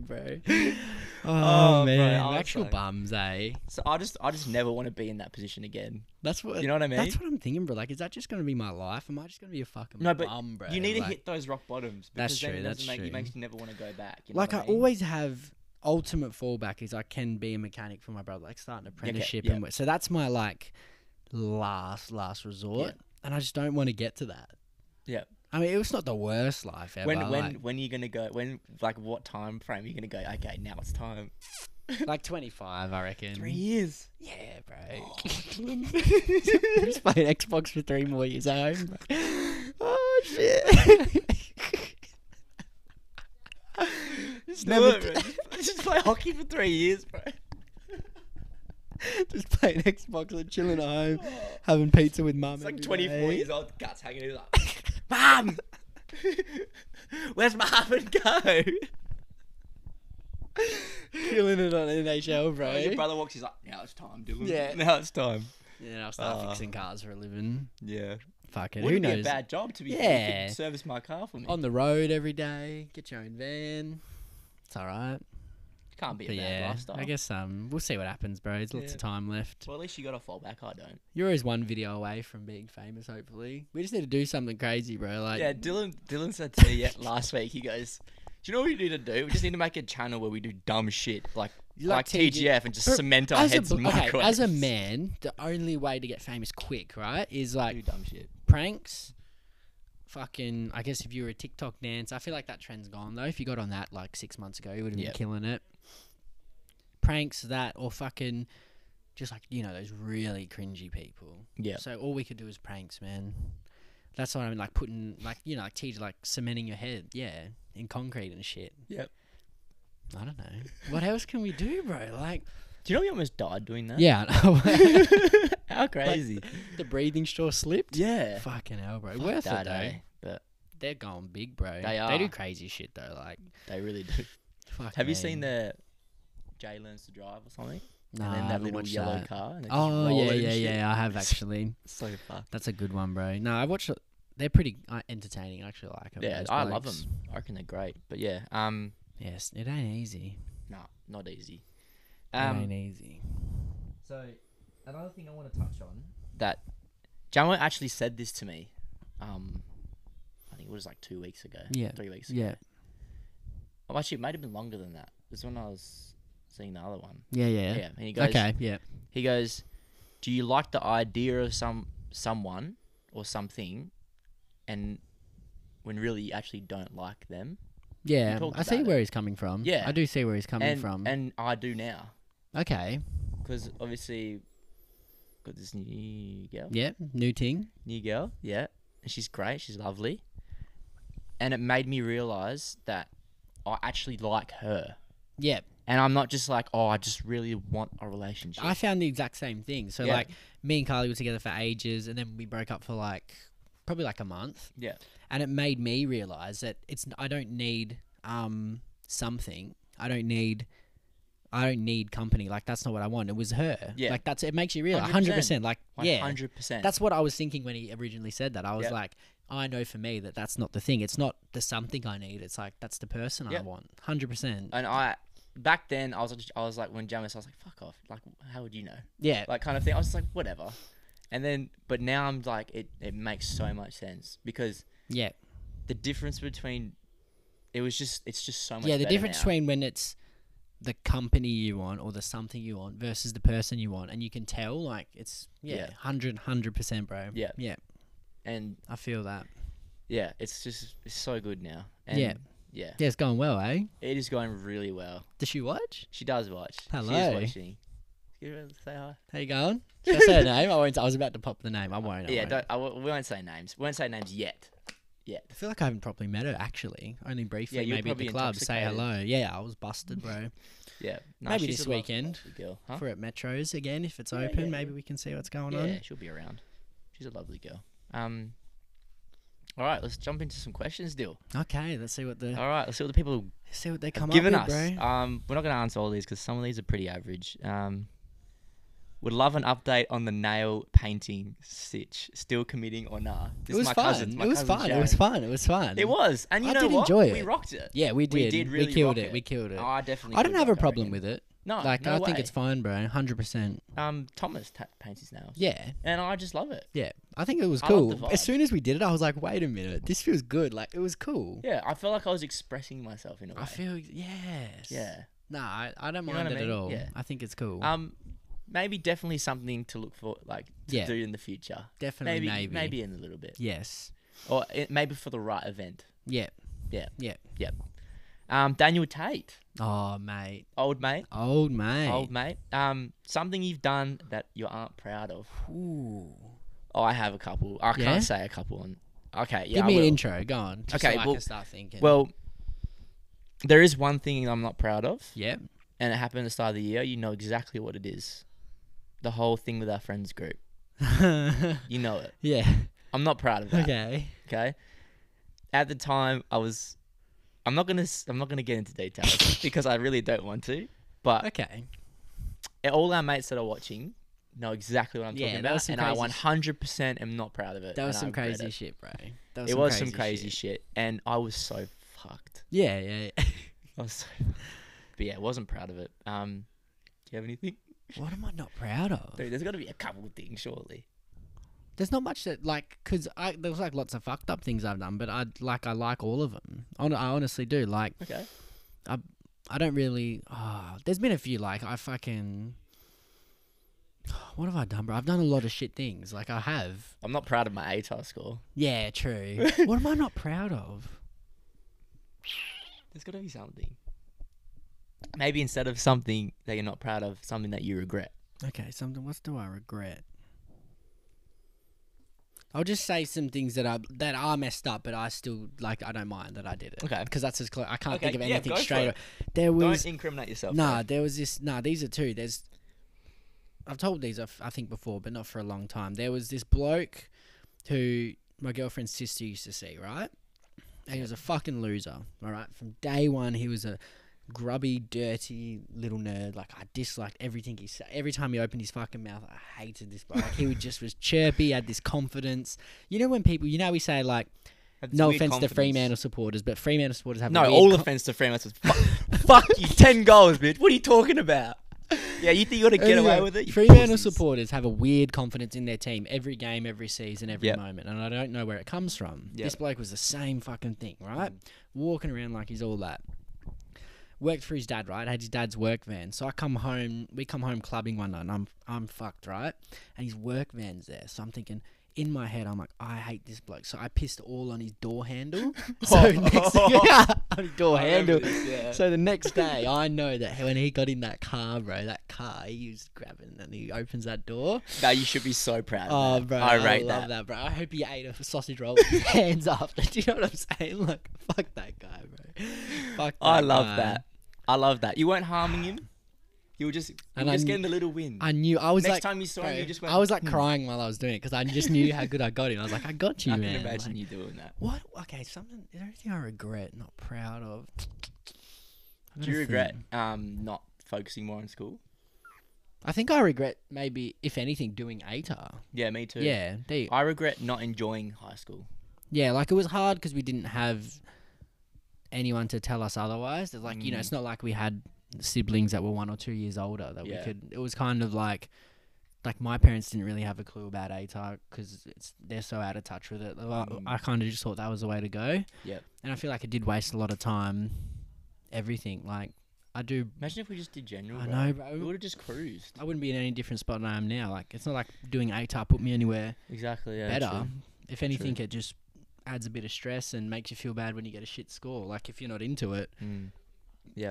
[SPEAKER 2] <laughs>
[SPEAKER 4] bro.
[SPEAKER 2] Oh,
[SPEAKER 4] Oh,
[SPEAKER 2] bro,
[SPEAKER 4] man,
[SPEAKER 2] I was
[SPEAKER 4] actual
[SPEAKER 2] like-
[SPEAKER 4] bums, eh?
[SPEAKER 2] So I just, I just never want to be in that position again.
[SPEAKER 4] That's what
[SPEAKER 2] You know what I
[SPEAKER 4] That's
[SPEAKER 2] mean?
[SPEAKER 4] what I'm thinking, bro. Like, is that just gonna be my life? Am I just gonna be a fucking
[SPEAKER 2] No, but
[SPEAKER 4] bum, bro?
[SPEAKER 2] you need to
[SPEAKER 4] like,
[SPEAKER 2] hit those rock bottoms.
[SPEAKER 4] That's
[SPEAKER 2] Because then
[SPEAKER 4] true,
[SPEAKER 2] It, doesn't
[SPEAKER 4] that's
[SPEAKER 2] make,
[SPEAKER 4] true.
[SPEAKER 2] it makes you never want to go back. You know
[SPEAKER 4] Like, I
[SPEAKER 2] what mean?
[SPEAKER 4] always have ultimate fallback is I can be a mechanic for my brother, like start an apprenticeship,
[SPEAKER 2] yeah.
[SPEAKER 4] and and so that's my like last last resort, and I just don't want to get to that.
[SPEAKER 2] Yeah.
[SPEAKER 4] I mean, it was not the worst life ever.
[SPEAKER 2] When, when,
[SPEAKER 4] like,
[SPEAKER 2] when are you gonna go? When, like, what time frame are you gonna go? Okay, now it's time. <laughs>
[SPEAKER 4] like 25, I reckon.
[SPEAKER 2] Three Oh. years.
[SPEAKER 4] Yeah, bro. <laughs> just playing Xbox for three more years at home. <laughs> oh shit. <laughs>
[SPEAKER 2] Just
[SPEAKER 4] Never
[SPEAKER 2] do it,
[SPEAKER 4] <laughs>
[SPEAKER 2] bro. Just play hockey for three years, bro.
[SPEAKER 4] just playing Xbox and chilling at home, having pizza with mum.
[SPEAKER 2] Oh. It's like
[SPEAKER 4] every
[SPEAKER 2] 24
[SPEAKER 4] day.
[SPEAKER 2] years old, guts hanging out. Like,
[SPEAKER 4] <laughs>
[SPEAKER 2] Mom! Where's my hub and go? <laughs> Oh,
[SPEAKER 4] <laughs> Killing it on NHL, bro.
[SPEAKER 2] Oh, Your brother walks, he's like, now it's time, Dylan.
[SPEAKER 4] Yeah.
[SPEAKER 2] <laughs> Now it's time.
[SPEAKER 4] Yeah, I'll start
[SPEAKER 2] Ah.
[SPEAKER 4] fixing cars for a living.
[SPEAKER 2] Yeah.
[SPEAKER 4] Fuck it.
[SPEAKER 2] Wouldn't
[SPEAKER 4] who
[SPEAKER 2] be a
[SPEAKER 4] knows?
[SPEAKER 2] bad job to be you could
[SPEAKER 4] Yeah.
[SPEAKER 2] service my car for me.
[SPEAKER 4] On the road every day. Get your own van. It's all right.
[SPEAKER 2] Can't be a
[SPEAKER 4] But
[SPEAKER 2] bad
[SPEAKER 4] yeah,
[SPEAKER 2] lifestyle.
[SPEAKER 4] I guess um, we'll see what happens, bro. There's lots
[SPEAKER 2] Yeah.
[SPEAKER 4] of time left.
[SPEAKER 2] Well, at least you got a fallback. I don't.
[SPEAKER 4] You're always one video away from being famous. Hopefully, we just need to do something crazy, bro. Like,
[SPEAKER 2] yeah, Dylan. Dylan said to me
[SPEAKER 4] <laughs>
[SPEAKER 2] yeah, last week. He goes, "Do you know what we need to do? We just need to make a channel where we do dumb shit like
[SPEAKER 4] You
[SPEAKER 2] like,
[SPEAKER 4] like TG
[SPEAKER 2] TGF and just
[SPEAKER 4] Bro,
[SPEAKER 2] cement our
[SPEAKER 4] as a,
[SPEAKER 2] heads
[SPEAKER 4] bl-
[SPEAKER 2] in
[SPEAKER 4] okay,
[SPEAKER 2] microwaves. <laughs>
[SPEAKER 4] as a man, the only way to get famous quick, right, is like
[SPEAKER 2] do dumb shit.
[SPEAKER 4] pranks. Fucking, I guess if you were a TikTok dancer, I feel like that trend's gone though. If you got on that like six months ago, you would have
[SPEAKER 2] Yep.
[SPEAKER 4] been killing it. Pranks that, or fucking, just like you know those really cringy people.
[SPEAKER 2] Yeah.
[SPEAKER 4] So all we could do is pranks, man. That's what I mean, like putting, like you know, like teach, like cementing your head, yeah, in concrete and shit.
[SPEAKER 2] Yep.
[SPEAKER 4] I don't know. What else can we do, bro?
[SPEAKER 2] <laughs>
[SPEAKER 4] Like,
[SPEAKER 2] Do you know we almost died doing that?
[SPEAKER 4] yeah,
[SPEAKER 2] <laughs> How crazy.
[SPEAKER 4] <laughs> the breathing straw slipped.
[SPEAKER 2] yeah.
[SPEAKER 4] Fucking hell, bro.
[SPEAKER 2] Fuck
[SPEAKER 4] Worth
[SPEAKER 2] that,
[SPEAKER 4] it though.
[SPEAKER 2] eh? But
[SPEAKER 4] They're going big, bro.
[SPEAKER 2] They
[SPEAKER 4] They
[SPEAKER 2] are.
[SPEAKER 4] do crazy shit though. Like,
[SPEAKER 2] they really do.
[SPEAKER 4] fuck.
[SPEAKER 2] Have you seen
[SPEAKER 4] man.
[SPEAKER 2] the Jay learns to drive or something?
[SPEAKER 4] Nah,
[SPEAKER 2] and then that
[SPEAKER 4] I haven't
[SPEAKER 2] little
[SPEAKER 4] watched
[SPEAKER 2] yellow
[SPEAKER 4] that.
[SPEAKER 2] car. And they just
[SPEAKER 4] Oh
[SPEAKER 2] roll
[SPEAKER 4] yeah,
[SPEAKER 2] it and
[SPEAKER 4] yeah,
[SPEAKER 2] shit.
[SPEAKER 4] yeah. I
[SPEAKER 2] <laughs>
[SPEAKER 4] have actually.
[SPEAKER 2] So fucked.
[SPEAKER 4] That's a good one, bro. No, I watched. it- They're pretty uh, entertaining. I actually like 'em,
[SPEAKER 2] Yeah,
[SPEAKER 4] those
[SPEAKER 2] I love them.
[SPEAKER 4] blokes.
[SPEAKER 2] I reckon they're great. But yeah, um,
[SPEAKER 4] Yes, it ain't easy.
[SPEAKER 2] nah, not easy.
[SPEAKER 4] it
[SPEAKER 2] Um,
[SPEAKER 4] ain't easy.
[SPEAKER 2] So, another thing I want to touch on that Jamo actually said this to me. Um, I think it was like two weeks ago.
[SPEAKER 4] Yeah.
[SPEAKER 2] Three weeks.
[SPEAKER 4] Yeah.
[SPEAKER 2] Oh, actually, it might have been longer than that. was when I was seeing the other one.
[SPEAKER 4] Yeah, yeah.
[SPEAKER 2] Yeah, and he goes,
[SPEAKER 4] okay, yeah.
[SPEAKER 2] he goes, "Do you like the idea of some someone or something, and when really you actually don't like them?"
[SPEAKER 4] Yeah,
[SPEAKER 2] talked
[SPEAKER 4] I see
[SPEAKER 2] about
[SPEAKER 4] where he's coming from.
[SPEAKER 2] Yeah.
[SPEAKER 4] I do see where he's coming
[SPEAKER 2] and,
[SPEAKER 4] from.
[SPEAKER 2] and I do now
[SPEAKER 4] okay,
[SPEAKER 2] because obviously got this new girl,
[SPEAKER 4] yeah, new thing.
[SPEAKER 2] new girl, yeah, and she's great, she's lovely, and it made me realize that I actually like her,
[SPEAKER 4] Yeah,
[SPEAKER 2] and I'm not just like, oh, I just really want a relationship.
[SPEAKER 4] I found the exact same thing. So
[SPEAKER 2] Yeah.
[SPEAKER 4] like, me and Carly were together for ages, and then we broke up for like probably like a month.
[SPEAKER 2] yeah,
[SPEAKER 4] and it made me realize that it's I don't need um something. I don't need I don't need company. Like that's not what I want. It was her.
[SPEAKER 2] Yeah.
[SPEAKER 4] Like that's it makes you realize
[SPEAKER 2] 100%.
[SPEAKER 4] hundred percent. Like
[SPEAKER 2] one
[SPEAKER 4] yeah,
[SPEAKER 2] hundred percent.
[SPEAKER 4] that's what I was thinking when he originally said that. I was
[SPEAKER 2] Yeah.
[SPEAKER 4] like, I know for me that that's not the thing. It's not the something I need. It's like that's the person
[SPEAKER 2] Yeah.
[SPEAKER 4] I want. Hundred percent.
[SPEAKER 2] and I back then I was just- I was like when Jamis I was like fuck off like how would you know
[SPEAKER 4] Yeah.
[SPEAKER 2] like kind of thing I was just like whatever and then but now I'm like it it makes so much sense because
[SPEAKER 4] yeah.
[SPEAKER 2] the difference between it was just it's just so much
[SPEAKER 4] Yeah. The
[SPEAKER 2] better
[SPEAKER 4] difference
[SPEAKER 2] now.
[SPEAKER 4] between when it's the company you want or the something you want versus the person you want, and you can tell like it's yeah,
[SPEAKER 2] Yeah.
[SPEAKER 4] hundred hundred percent, bro.
[SPEAKER 2] Yeah.
[SPEAKER 4] Yeah.
[SPEAKER 2] and
[SPEAKER 4] I feel that.
[SPEAKER 2] yeah it's just it's so good now and
[SPEAKER 4] Yeah.
[SPEAKER 2] yeah
[SPEAKER 4] Yeah, it's going well, eh?
[SPEAKER 2] it is going really well
[SPEAKER 4] Does she watch?
[SPEAKER 2] she does watch she
[SPEAKER 4] Hello.
[SPEAKER 2] is watching give her say hi
[SPEAKER 4] How you going?
[SPEAKER 2] <laughs>
[SPEAKER 4] Should I say her name? I won't. I was about to pop the name. I won't. I
[SPEAKER 2] yeah
[SPEAKER 4] won't.
[SPEAKER 2] don't, I, won't- we won't say names we won't say names yet yet
[SPEAKER 4] I feel like I haven't properly met her actually. Only briefly,
[SPEAKER 2] you were
[SPEAKER 4] maybe at the
[SPEAKER 2] probably
[SPEAKER 4] club. Say hello.
[SPEAKER 2] intoxicated.
[SPEAKER 4] Yeah, I was busted, bro.
[SPEAKER 2] yeah No,
[SPEAKER 4] Maybe
[SPEAKER 2] she's
[SPEAKER 4] this
[SPEAKER 2] a lo-
[SPEAKER 4] weekend.
[SPEAKER 2] lovely girl <laughs> huh
[SPEAKER 4] For at Metros again, if it's
[SPEAKER 2] Yeah,
[SPEAKER 4] open,
[SPEAKER 2] yeah,
[SPEAKER 4] maybe we can see what's going
[SPEAKER 2] Yeah,
[SPEAKER 4] on.
[SPEAKER 2] she'll be around. She's a lovely girl. Um, all right, let's jump into some questions, Dill.
[SPEAKER 4] Okay, let's see what the
[SPEAKER 2] All right, let's see what the people have
[SPEAKER 4] see what they come up
[SPEAKER 2] given
[SPEAKER 4] with,
[SPEAKER 2] us.
[SPEAKER 4] bro.
[SPEAKER 2] Um, we're not going to answer all these because some of these are pretty average. Um, would love an update on the nail painting stitch. Still committing or nah? This
[SPEAKER 4] it was
[SPEAKER 2] is my
[SPEAKER 4] fun.
[SPEAKER 2] cousin. my
[SPEAKER 4] it was
[SPEAKER 2] cousin
[SPEAKER 4] fun. It was
[SPEAKER 2] Sharon.
[SPEAKER 4] fun. It was fun.
[SPEAKER 2] It was, and you
[SPEAKER 4] I
[SPEAKER 2] know
[SPEAKER 4] did
[SPEAKER 2] what?
[SPEAKER 4] enjoy
[SPEAKER 2] We
[SPEAKER 4] it.
[SPEAKER 2] rocked it.
[SPEAKER 4] Yeah, we did.
[SPEAKER 2] We did really
[SPEAKER 4] killed
[SPEAKER 2] rock
[SPEAKER 4] it.
[SPEAKER 2] it.
[SPEAKER 4] We killed it.
[SPEAKER 2] I definitely.
[SPEAKER 4] I don't
[SPEAKER 2] could
[SPEAKER 4] have a
[SPEAKER 2] rock I
[SPEAKER 4] problem
[SPEAKER 2] reckon.
[SPEAKER 4] with it.
[SPEAKER 2] No,
[SPEAKER 4] like
[SPEAKER 2] Oh, no
[SPEAKER 4] I think
[SPEAKER 2] way.
[SPEAKER 4] it's fine, bro. Hundred percent.
[SPEAKER 2] Um, Thomas ta- paints his nails.
[SPEAKER 4] Yeah.
[SPEAKER 2] and I just love it.
[SPEAKER 4] Yeah, I think it was
[SPEAKER 2] I love
[SPEAKER 4] cool.
[SPEAKER 2] the
[SPEAKER 4] As
[SPEAKER 2] vibe.
[SPEAKER 4] soon as we did it, I was like, "Wait a minute, this feels good." Like it was cool.
[SPEAKER 2] Yeah, I feel like I was expressing myself in a way.
[SPEAKER 4] I feel yes.
[SPEAKER 2] yeah.
[SPEAKER 4] Nah, I, I don't
[SPEAKER 2] You know
[SPEAKER 4] mind
[SPEAKER 2] what
[SPEAKER 4] it
[SPEAKER 2] I
[SPEAKER 4] at
[SPEAKER 2] mean?
[SPEAKER 4] all.
[SPEAKER 2] Yeah.
[SPEAKER 4] I think it's cool.
[SPEAKER 2] Um, maybe definitely something to look for, like to
[SPEAKER 4] Yeah.
[SPEAKER 2] do in the future.
[SPEAKER 4] Definitely,
[SPEAKER 2] Maybe,
[SPEAKER 4] maybe,
[SPEAKER 2] maybe, in a little bit,
[SPEAKER 4] Yes.
[SPEAKER 2] or it, maybe for the right event.
[SPEAKER 4] Yeah.
[SPEAKER 2] Yeah.
[SPEAKER 4] Yeah.
[SPEAKER 2] Yep. Um, Daniel Tate,
[SPEAKER 4] Oh, mate.
[SPEAKER 2] old mate,
[SPEAKER 4] Old mate.
[SPEAKER 2] old mate. Um, something you've done that you aren't proud of.
[SPEAKER 4] Ooh.
[SPEAKER 2] Oh, I have a couple. I
[SPEAKER 4] Yeah?
[SPEAKER 2] can't say a couple. On. Okay. Yeah.
[SPEAKER 4] Give
[SPEAKER 2] I
[SPEAKER 4] me an
[SPEAKER 2] will.
[SPEAKER 4] intro. Go on. Just
[SPEAKER 2] Okay,
[SPEAKER 4] So I
[SPEAKER 2] well-
[SPEAKER 4] can start thinking.
[SPEAKER 2] Well, there is one thing I'm not proud of,
[SPEAKER 4] Yeah.
[SPEAKER 2] and it happened at the start of the year. You know exactly what it is. The whole thing with our friends group. You know it.
[SPEAKER 4] <laughs> yeah.
[SPEAKER 2] I'm not proud of that.
[SPEAKER 4] Okay.
[SPEAKER 2] okay at the time i was i'm not gonna s- i'm not gonna get into details because i really don't want to but
[SPEAKER 4] Okay.
[SPEAKER 2] all our mates that are watching know exactly what i'm
[SPEAKER 4] Yeah,
[SPEAKER 2] talking
[SPEAKER 4] that was
[SPEAKER 2] about
[SPEAKER 4] some
[SPEAKER 2] and
[SPEAKER 4] crazy sh-
[SPEAKER 2] i 100% am not proud of it
[SPEAKER 4] That was
[SPEAKER 2] and I
[SPEAKER 4] some
[SPEAKER 2] regret
[SPEAKER 4] crazy
[SPEAKER 2] it.
[SPEAKER 4] shit, bro. That
[SPEAKER 2] it was some crazy shit. and i was so fucked <laughs>
[SPEAKER 4] Yeah, yeah. yeah. <laughs>
[SPEAKER 2] i was so but yeah wasn't proud of it um do you have anything
[SPEAKER 4] what am I not proud of?
[SPEAKER 2] Dude, there's got to be a couple of things surely
[SPEAKER 4] There's not much that like, cause I there was like lots of fucked up things I've done, but I like I like all of them. Hon- I honestly do. Like
[SPEAKER 2] okay
[SPEAKER 4] I don't really. ah, there's been a few like I fucking. What have I done, bro? I've done a lot of shit things. Like I have.
[SPEAKER 2] i'm not proud of my atar score
[SPEAKER 4] Yeah,
[SPEAKER 2] <laughs>
[SPEAKER 4] true. what am I not proud of?
[SPEAKER 2] there's got to be something maybe instead of something that you're not proud of something that you regret
[SPEAKER 4] Okay, something. What do I regret? I'll just say some things that I that are messed up, but I still like. I don't mind that I did it.
[SPEAKER 2] Okay.
[SPEAKER 4] because that's as close. I can't
[SPEAKER 2] Okay,
[SPEAKER 4] think of
[SPEAKER 2] yeah,
[SPEAKER 4] anything
[SPEAKER 2] go for
[SPEAKER 4] straight.
[SPEAKER 2] it.
[SPEAKER 4] up. There was
[SPEAKER 2] Don't incriminate yourself.
[SPEAKER 4] Nah, there was this. Nah, these are two. There's. I've told these, I f- I think, before, but not for a long time. There was this bloke who my girlfriend's sister used to see, right? And he was a fucking loser, all right? From day one, he was a grubby, dirty little nerd. Like, I disliked everything he said. Every time he opened his fucking mouth, I hated this bloke. Like, he would just was chirpy, had this confidence. You know, when people, you know, we say, like, no offense to Fremantle supporters, but Fremantle supporters have a
[SPEAKER 2] No,
[SPEAKER 4] weird
[SPEAKER 2] all
[SPEAKER 4] co-
[SPEAKER 2] offense to Fremantle. Fuck, <laughs> fuck you, ten goals, bitch. What are you talking about? Yeah, you think you're gonna get away
[SPEAKER 4] Anyway,
[SPEAKER 2] with it? You
[SPEAKER 4] Fremantle
[SPEAKER 2] pussies.
[SPEAKER 4] supporters have a weird confidence in their team every game, every season, every
[SPEAKER 2] Yep.
[SPEAKER 4] moment, and I don't know where it comes from.
[SPEAKER 2] Yep.
[SPEAKER 4] This bloke was the same fucking thing, right? Walking around like he's all that. worked for his dad, right? Had his dad's work van. So I come home, we come home clubbing one night, and I'm I'm fucked, right? And his work van's there, so I'm thinking. In my head, I'm like, I hate this bloke. So I pissed all on his door
[SPEAKER 2] <laughs>
[SPEAKER 4] handle. So next <laughs> thing, on his door handle. So
[SPEAKER 2] <laughs>
[SPEAKER 4] the next day, I know that when he got in that car, bro, that car, he was grabbing and he opens that door.
[SPEAKER 2] No, you should be so proud.
[SPEAKER 4] Oh,
[SPEAKER 2] Of that.
[SPEAKER 4] bro,
[SPEAKER 2] I
[SPEAKER 4] I,
[SPEAKER 2] rate
[SPEAKER 4] love
[SPEAKER 2] that.
[SPEAKER 4] that. bro. I hope he ate a sausage roll with his <laughs> hands after. Do you know what I'm saying? Like, fuck that guy, bro. Fuck. That
[SPEAKER 2] I love
[SPEAKER 4] guy.
[SPEAKER 2] that. I love that. You weren't harming him. You were just, you
[SPEAKER 4] And
[SPEAKER 2] were
[SPEAKER 4] I
[SPEAKER 2] just
[SPEAKER 4] kn-
[SPEAKER 2] getting the little win.
[SPEAKER 4] I knew. I was
[SPEAKER 2] Next
[SPEAKER 4] like,
[SPEAKER 2] time you saw him, you just went, hmm.
[SPEAKER 4] I was like crying while I was doing it because I just knew how good I got him. I was like,
[SPEAKER 2] <laughs>
[SPEAKER 4] I got you,
[SPEAKER 2] I can
[SPEAKER 4] man.
[SPEAKER 2] imagine
[SPEAKER 4] Like,
[SPEAKER 2] you doing that.
[SPEAKER 4] what? Okay, something. Is there anything I regret? Not proud of. I'm
[SPEAKER 2] Do you
[SPEAKER 4] gonna
[SPEAKER 2] regret
[SPEAKER 4] think.
[SPEAKER 2] um, not focusing more on school?
[SPEAKER 4] I think I regret maybe, if anything, doing ATAR.
[SPEAKER 2] Yeah, me too.
[SPEAKER 4] Yeah, there you
[SPEAKER 2] I regret not enjoying high school.
[SPEAKER 4] Yeah, like it was hard because we didn't have anyone to tell us otherwise. There's like,
[SPEAKER 2] Mm.
[SPEAKER 4] you know, it's not like we had siblings that were one or two years older that
[SPEAKER 2] Yeah.
[SPEAKER 4] we could. It was kind of like, like my parents didn't really have a clue about ATAR because it's they're so out of touch with it. Like,
[SPEAKER 2] Mm.
[SPEAKER 4] I kind of just thought that was the way to go.
[SPEAKER 2] Yep.
[SPEAKER 4] And I feel like it did waste a lot of time. Everything like I do.
[SPEAKER 2] Imagine if we just did general.
[SPEAKER 4] I
[SPEAKER 2] bro.
[SPEAKER 4] know,
[SPEAKER 2] We
[SPEAKER 4] bro.
[SPEAKER 2] would have just cruised.
[SPEAKER 4] I wouldn't be in any different spot than I am now. Like it's not like doing ATAR put me anywhere
[SPEAKER 2] Exactly. Yeah,
[SPEAKER 4] better.
[SPEAKER 2] true.
[SPEAKER 4] If anything, it just adds a bit of stress and makes you feel bad when you get a shit score. Like if you're not into it.
[SPEAKER 2] Mm,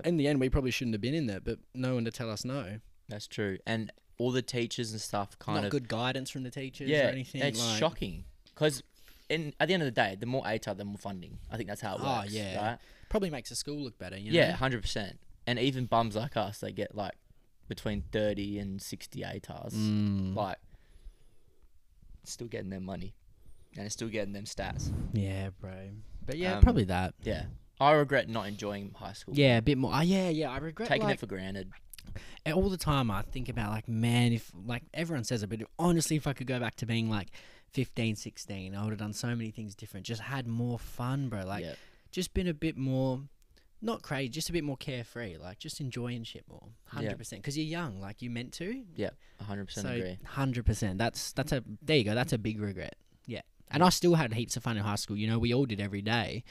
[SPEAKER 4] In the end, we probably shouldn't have been in there, but no one to tell us no.
[SPEAKER 2] that's true. And all the teachers and stuff kind
[SPEAKER 4] not
[SPEAKER 2] of
[SPEAKER 4] good guidance from the teachers
[SPEAKER 2] yeah,
[SPEAKER 4] or anything.
[SPEAKER 2] It's
[SPEAKER 4] like,
[SPEAKER 2] shocking because. And at the end of the day, the more ATAR, the more funding. I think that's how it
[SPEAKER 4] Oh,
[SPEAKER 2] works.
[SPEAKER 4] yeah.
[SPEAKER 2] Right?
[SPEAKER 4] Probably makes the school look better. You know?
[SPEAKER 2] Yeah, hundred percent. And even bums like us, they get like between thirty and sixty ATARs.
[SPEAKER 4] Mm.
[SPEAKER 2] Like, still getting their money, and it's still getting them stats.
[SPEAKER 4] Yeah, bro. But yeah,
[SPEAKER 2] Um,
[SPEAKER 4] probably that.
[SPEAKER 2] Yeah, I regret not enjoying high school.
[SPEAKER 4] Yeah, a bit more. Uh, yeah, yeah. I regret
[SPEAKER 2] taking
[SPEAKER 4] like,
[SPEAKER 2] it for granted.
[SPEAKER 4] a- all the time I think about like man if like everyone says it but honestly if I could go back to being like 15 16 I would have done so many things different just had more fun bro like
[SPEAKER 2] Yep.
[SPEAKER 4] just been a bit more not crazy just a bit more carefree like just enjoying shit more 100% because you're young like you meant to
[SPEAKER 2] Yeah, hundred percent
[SPEAKER 4] so
[SPEAKER 2] agree.
[SPEAKER 4] 100% that's that's a there you go that's a big regret yeah and I still had heaps of fun in high school you know we all did every day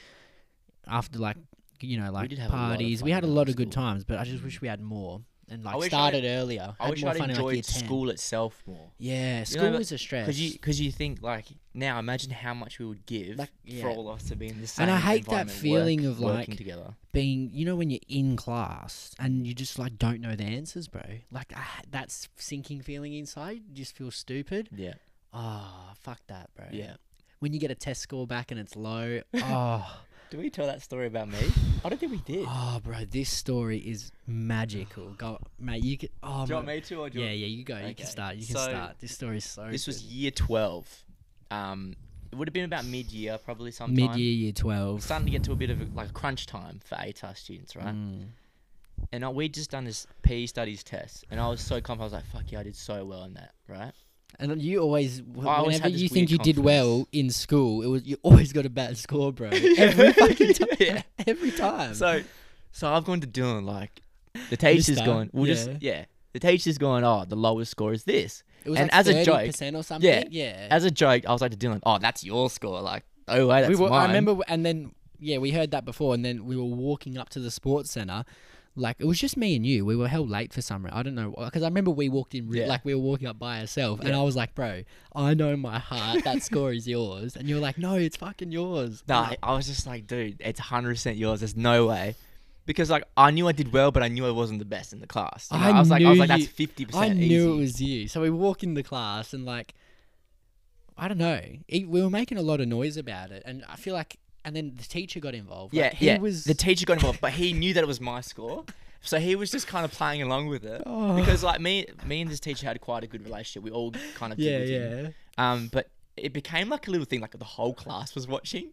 [SPEAKER 4] after like you know like
[SPEAKER 2] did have a lot of
[SPEAKER 4] parties we
[SPEAKER 2] fun
[SPEAKER 4] had a
[SPEAKER 2] in
[SPEAKER 4] lot
[SPEAKER 2] high
[SPEAKER 4] of good
[SPEAKER 2] school.
[SPEAKER 4] times but I just wish we had more and like
[SPEAKER 2] wish I'd-
[SPEAKER 4] started earlier.
[SPEAKER 2] I
[SPEAKER 4] had
[SPEAKER 2] wish
[SPEAKER 4] more
[SPEAKER 2] I'd
[SPEAKER 4] fun in, like,
[SPEAKER 2] enjoyed
[SPEAKER 4] year 10.
[SPEAKER 2] school itself more.
[SPEAKER 4] Yeah,
[SPEAKER 2] know,
[SPEAKER 4] school
[SPEAKER 2] like-
[SPEAKER 4] was a stress.
[SPEAKER 2] Because you, cause you think like now, imagine how much we would give
[SPEAKER 4] Like, yeah.
[SPEAKER 2] for all of us to be in the same.
[SPEAKER 4] And I hate that
[SPEAKER 2] environment,
[SPEAKER 4] feeling
[SPEAKER 2] work-
[SPEAKER 4] of,
[SPEAKER 2] working
[SPEAKER 4] like,
[SPEAKER 2] together.
[SPEAKER 4] being, you know, when you're in class and you just like don't know the answers, bro. Like I, that s- sinking feeling inside, you just feel stupid.
[SPEAKER 2] Yeah,
[SPEAKER 4] Ah, fuck that, bro.
[SPEAKER 2] yeah.
[SPEAKER 4] When you get a test score back and it's low, oh,
[SPEAKER 2] Did we tell that story about me? I don't think we did.
[SPEAKER 4] oh, bro, this story is magical. Go, mate. You could. Oh,
[SPEAKER 2] do you want
[SPEAKER 4] my-
[SPEAKER 2] me to? Or do you
[SPEAKER 4] yeah,
[SPEAKER 2] want-
[SPEAKER 4] yeah. You go. You
[SPEAKER 2] Okay.
[SPEAKER 4] can start. You can
[SPEAKER 2] So,
[SPEAKER 4] start. This story is so.
[SPEAKER 2] This was year twelve. Um, it would have been about mid-year, probably sometime.
[SPEAKER 4] mid year, year twelve.
[SPEAKER 2] Starting to get to a bit of a, like a crunch time for ATAR students, right?
[SPEAKER 4] Mm.
[SPEAKER 2] And I, we'd just done this PE studies test, and I was so confident. I was like, "Fuck yeah, I did so well in that, right?"
[SPEAKER 4] And you always, wh-
[SPEAKER 2] I always
[SPEAKER 4] whenever
[SPEAKER 2] had this
[SPEAKER 4] you think
[SPEAKER 2] weird
[SPEAKER 4] you did well in school, it was you always got a bad score,
[SPEAKER 2] <laughs>
[SPEAKER 4] bro. Every fucking time.
[SPEAKER 2] Yeah.
[SPEAKER 4] <laughs>
[SPEAKER 2] <laughs>
[SPEAKER 4] Every time.
[SPEAKER 2] So, so I've gone to Dylan. Like, the teacher's
[SPEAKER 4] Mister,
[SPEAKER 2] going. We'll just
[SPEAKER 4] yeah.
[SPEAKER 2] yeah. The teacher's going. Oh, the lowest score is this.
[SPEAKER 4] it was
[SPEAKER 2] and
[SPEAKER 4] like
[SPEAKER 2] as a joke,
[SPEAKER 4] 30% or something. Yeah.
[SPEAKER 2] As a joke, I was like to Dylan, "Oh, that's your score." Like, oh wait, that's
[SPEAKER 4] we were,
[SPEAKER 2] mine.
[SPEAKER 4] I remember, w- and then yeah, we heard that before, and then we were walking up to the sports center. Like it was just me and you. We were held late for some reason. I don't know because I remember we walked in re-
[SPEAKER 2] Yeah.
[SPEAKER 4] like we were walking up by ourselves, and I was like, "Bro, I know my heart. That score is yours." And you were like, "No, it's fucking yours."
[SPEAKER 2] No, I, I was just like, dude, it's 100% yours. There's no way. Because like I knew I did well, but I knew I wasn't the best in the class. You know, I, was like, I was
[SPEAKER 4] knew
[SPEAKER 2] like, that's
[SPEAKER 4] you-
[SPEAKER 2] 50%
[SPEAKER 4] I
[SPEAKER 2] easy.
[SPEAKER 4] knew it was you. So we walk in the class and like, I don't know. It, we were making a lot of noise about it, and I feel like, and then the teacher got involved.
[SPEAKER 2] yeah,
[SPEAKER 4] like, he
[SPEAKER 2] yeah.
[SPEAKER 4] Was
[SPEAKER 2] The teacher got involved, but he knew that it was my score, so he was just kind of playing along with it.
[SPEAKER 4] Oh.
[SPEAKER 2] Because like me, me and this teacher had quite a good relationship. We all kind of did
[SPEAKER 4] yeah,
[SPEAKER 2] with him.
[SPEAKER 4] yeah.
[SPEAKER 2] Um, but it became like a little thing, like the whole class was watching.